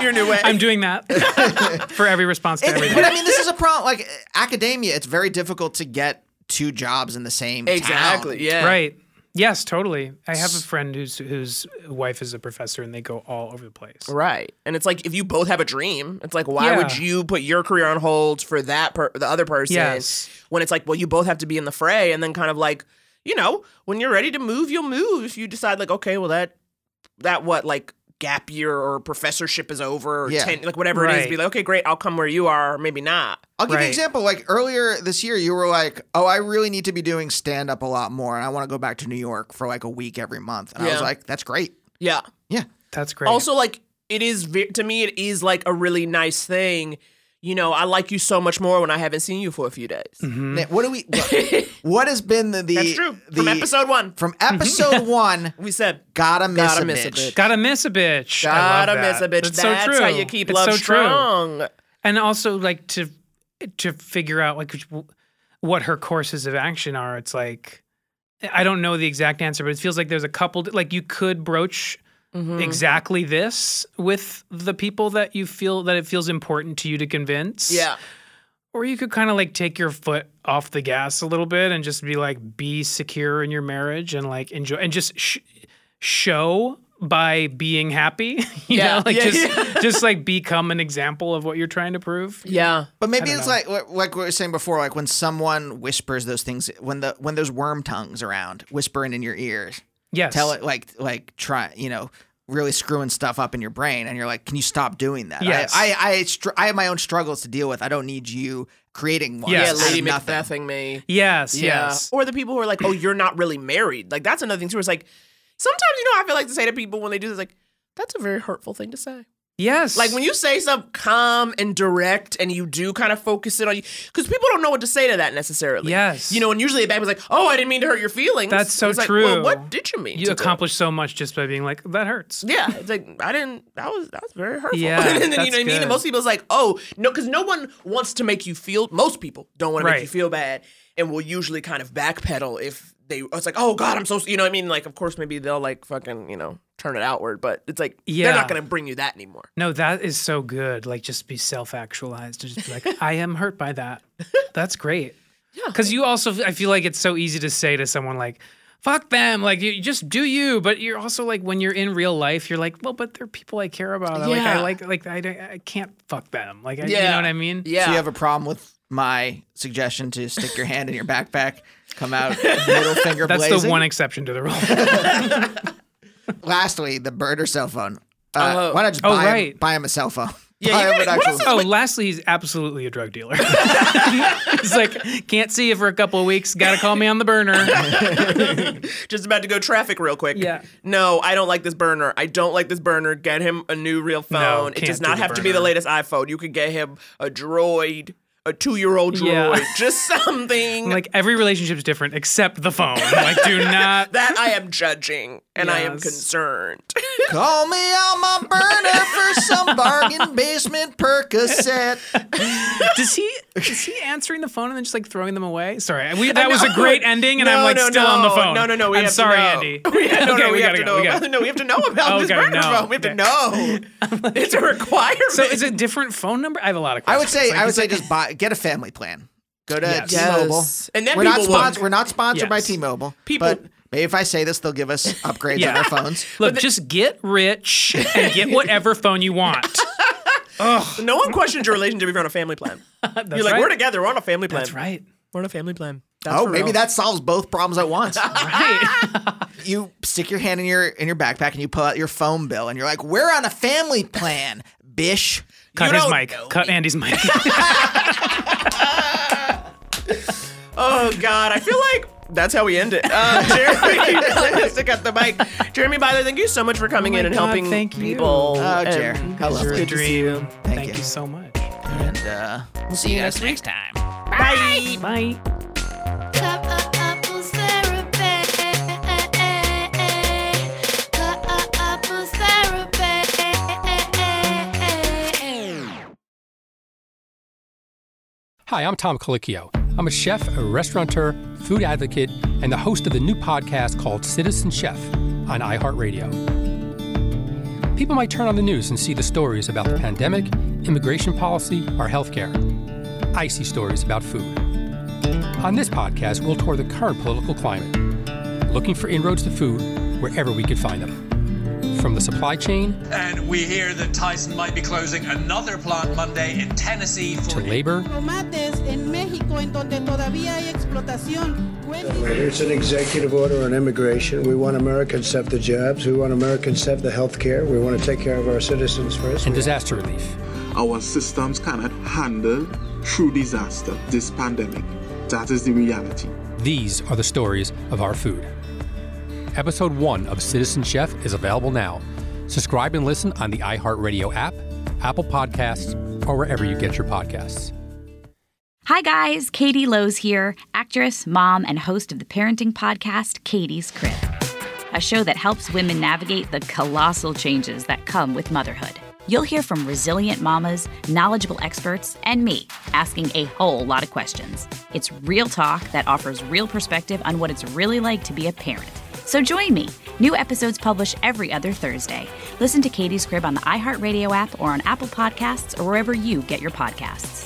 Your new way.
I'm doing that for every response to
It- but
everything.
I mean, this is a problem. Like academia, it's very difficult to get two jobs in the same town.
exactly. Yeah.
Right. Yes, totally. I have a friend whose whose wife is a professor and they go all over the place.
Right. And it's like if you both have a dream, it's like why
Yeah.
would you put your career on hold for that per- the other person
Yes.
when it's like well you both have to be in the fray and then kind of like, you know, when you're ready to move, you'll move if you decide like okay, well that that what like gap year or professorship is over or
Yeah.
ten, like whatever it is
Right.
be like okay, great, I'll come where you are, or maybe not.
I'll give you
Right.
an example. Like earlier this year, you were like, "Oh, I really need to be doing stand up a lot more, and I want to go back to New York for like a week every month." And I was
Yeah.
like, "That's great."
Yeah.
Yeah.
That's great.
Also, like it is ve- to me, it is like a really nice thing. You know, I like you so much more when I haven't seen you for a few days.
Now,
Mm-hmm.
What do we? What, what has been Mm-hmm. the, the
That's true. From
the-
episode one,
from episode one?
we said
Gotta miss,
Gotta
a,
miss a
bitch.
bitch.
Mm-hmm. gotta miss a bitch. I love
Gotta miss
that.
a bitch. That's,
That's, so true.
how you keep
It's
love
so true.
strong.
And also, like to to figure out like what her courses of action are. It's like I don't know the exact answer, but it feels like there's a couple. Like you could broach
Mm-hmm.
exactly this with the people that you feel that it feels important to you to convince.
Yeah.
Or you could kind of like take your foot off the gas a little bit and just be like, be secure in your marriage and like enjoy and just sh- show by being happy. You
Yeah.
know, like
Yeah,
just just like become an example of what you're trying to prove.
Yeah.
But maybe it's like like like we were saying before, like when someone whispers those things, when the when there's worm tongues around whispering in your ears,
Yes.
tell it like like try you know really screwing stuff up in your brain, and you're like, can you stop doing that?
Yes.
I I I, str- I have my own struggles to deal with. I don't need you creating one.
Yeah,
Yeah,
out
Yes.
of
Lady
nothing.
McBething me.
Yes.
Yeah.
Yes.
Or the people who are like, oh, you're not really married. Like, that's another thing, too. It's like, sometimes, you know, I feel like to say to people when they do this, like, that's a very hurtful thing to say.
Yes.
Like, when you say something calm and direct and you do kind of focus it on you, because people don't know what to say to that necessarily.
Yes.
You know, and usually the baby's like, oh, I didn't mean to hurt your feelings.
That's so
It's like,
true.
Well, what did you mean?
you
to do?
accomplish so much just by being like that hurts.
Yeah, it's like I didn't. That was that was very hurtful.
Yeah,
and then you know
that's
what I mean. And
good.
most people's like, oh no, because no one wants to make you feel. Most people don't want to make you
Right.
feel bad, and will usually kind of backpedal if they. It's like, oh god, I'm so. You know what I mean? Like, of course, maybe they'll like fucking you know turn it outward, but it's like they're
Yeah.
not gonna bring you that anymore.
No, that is so good. Like just be self-actualized. Just be like, I am hurt by that. That's great. Yeah. Because you also, I feel like it's so easy to say to someone like, "Fuck them," like you you just do you. But you're also like, when you're in real life, you're like, well, but they're people I care about. I Like
Yeah.
I like, like I, don't- I can't fuck them. Like I, you know what I mean?
Yeah.
So you have a problem with my suggestion to stick your hand in your backpack, come out middle finger
That's the
blazing.
one exception to the rule.
Lastly, the bird or cell phone. Uh, why not just
Oh,
buy, him,
right.
buy him a cell phone?
Yeah,
buy
you
him an
gotta- what
actual-
else is-
oh, lastly, he's absolutely a drug dealer. He's like, can't see you for a couple of weeks. Got to call me on the burner.
Just about to go traffic real quick.
Yeah.
No, I don't like this burner. I don't like this burner. Get him a new real phone. it
can't
does
do
not
the
have to be the
burner.
latest iPhone. You could get him a droid, a two year old
Yeah.
droid, just something.
like every relationship's different except the phone. Like, do not.
that I am judging and I am
Yes.
concerned.
Call me on my burner for some bargain basement Percocet.
Does he? Is he answering the phone and then just like throwing them away? Sorry, we, that was a great ending, and I'm like still on the phone.
No, no, no. We
I'm
have
sorry,
to know.
Andy.
We have, no,
okay,
no, we, have
gotta
to
go.
know.
we
About,
gotta go.
no, we have to know about this
Okay,
burner
no.
phone. We have to know. it's a requirement.
So, is it different phone number? I have a lot of
I
questions.
would say
Like,
I would
is
say
it-
just buy get a family plan. Go to
Yes.
T-Mobile.
And then
we're not,
people will-
spons- we're not sponsored by
Yes.
T-Mobile.
People-
but maybe if I say this, they'll give us upgrades on
Yeah.
our phones.
Look, just get rich and get whatever phone you want.
No one questions your relationship if you're on a family plan. you're like,
right.
we're together. We're on a family plan.
That's right.
We're on a family plan. That's
Oh,
for
maybe
real.
that solves both problems at once.
Right.
you stick your hand in your in your backpack and you pull out your phone bill and you're like, "We're on a family plan, bish."
Cut
You
his
don't
mic.
know
Cut Andy's mic.
Oh God, I feel like that's how we end it. Uh, Jeremy, stick out the mic. Jeremy Byler, thank you so much for coming
Oh my
in and
God,
helping
thank you.
people.
Oh,
and-
Jer, how lovely.
Good dream. Thank,
you.
you. so much.
And uh, we'll see you next week.
Bye.
Bye.
Cup of apples therapy. Cup of apples therapy.
Hi, I'm Tom Colicchio. I'm a chef, a restaurateur, food advocate, and the host of the new podcast called Citizen Chef on iHeartRadio. People might turn on the news and see the stories about the pandemic, immigration policy, or healthcare. I see stories about food. On this podcast, we'll tour the current political climate, looking for inroads to food wherever we could find them. From the supply chain
And we hear that Tyson might be closing another plant Monday in Tennessee for
to labor
tomates en México en donde todavía hay explotación.
It's an executive order on immigration. We want Americans to have the jobs. We want Americans to have the health care. We want to take care of our citizens first.
and disaster relief.
Our systems cannot handle true disaster, this pandemic. That is the reality.
These are the stories of our food. Episode 1 of Citizen Chef is available now. Subscribe and listen on the iHeartRadio app, Apple Podcasts, or wherever you get your podcasts.
Hi, guys. Katie Lowe's here, actress, mom, and host of the parenting podcast, Katie's Crib, a show that helps women navigate the colossal changes that come with motherhood. You'll hear from resilient mamas, knowledgeable experts, and me asking a whole lot of questions. It's real talk that offers real perspective on what it's really like to be a parent. So join me. New episodes published every other Thursday. Listen to Katie's Crib on the iHeartRadio app or on Apple Podcasts or wherever you get your podcasts.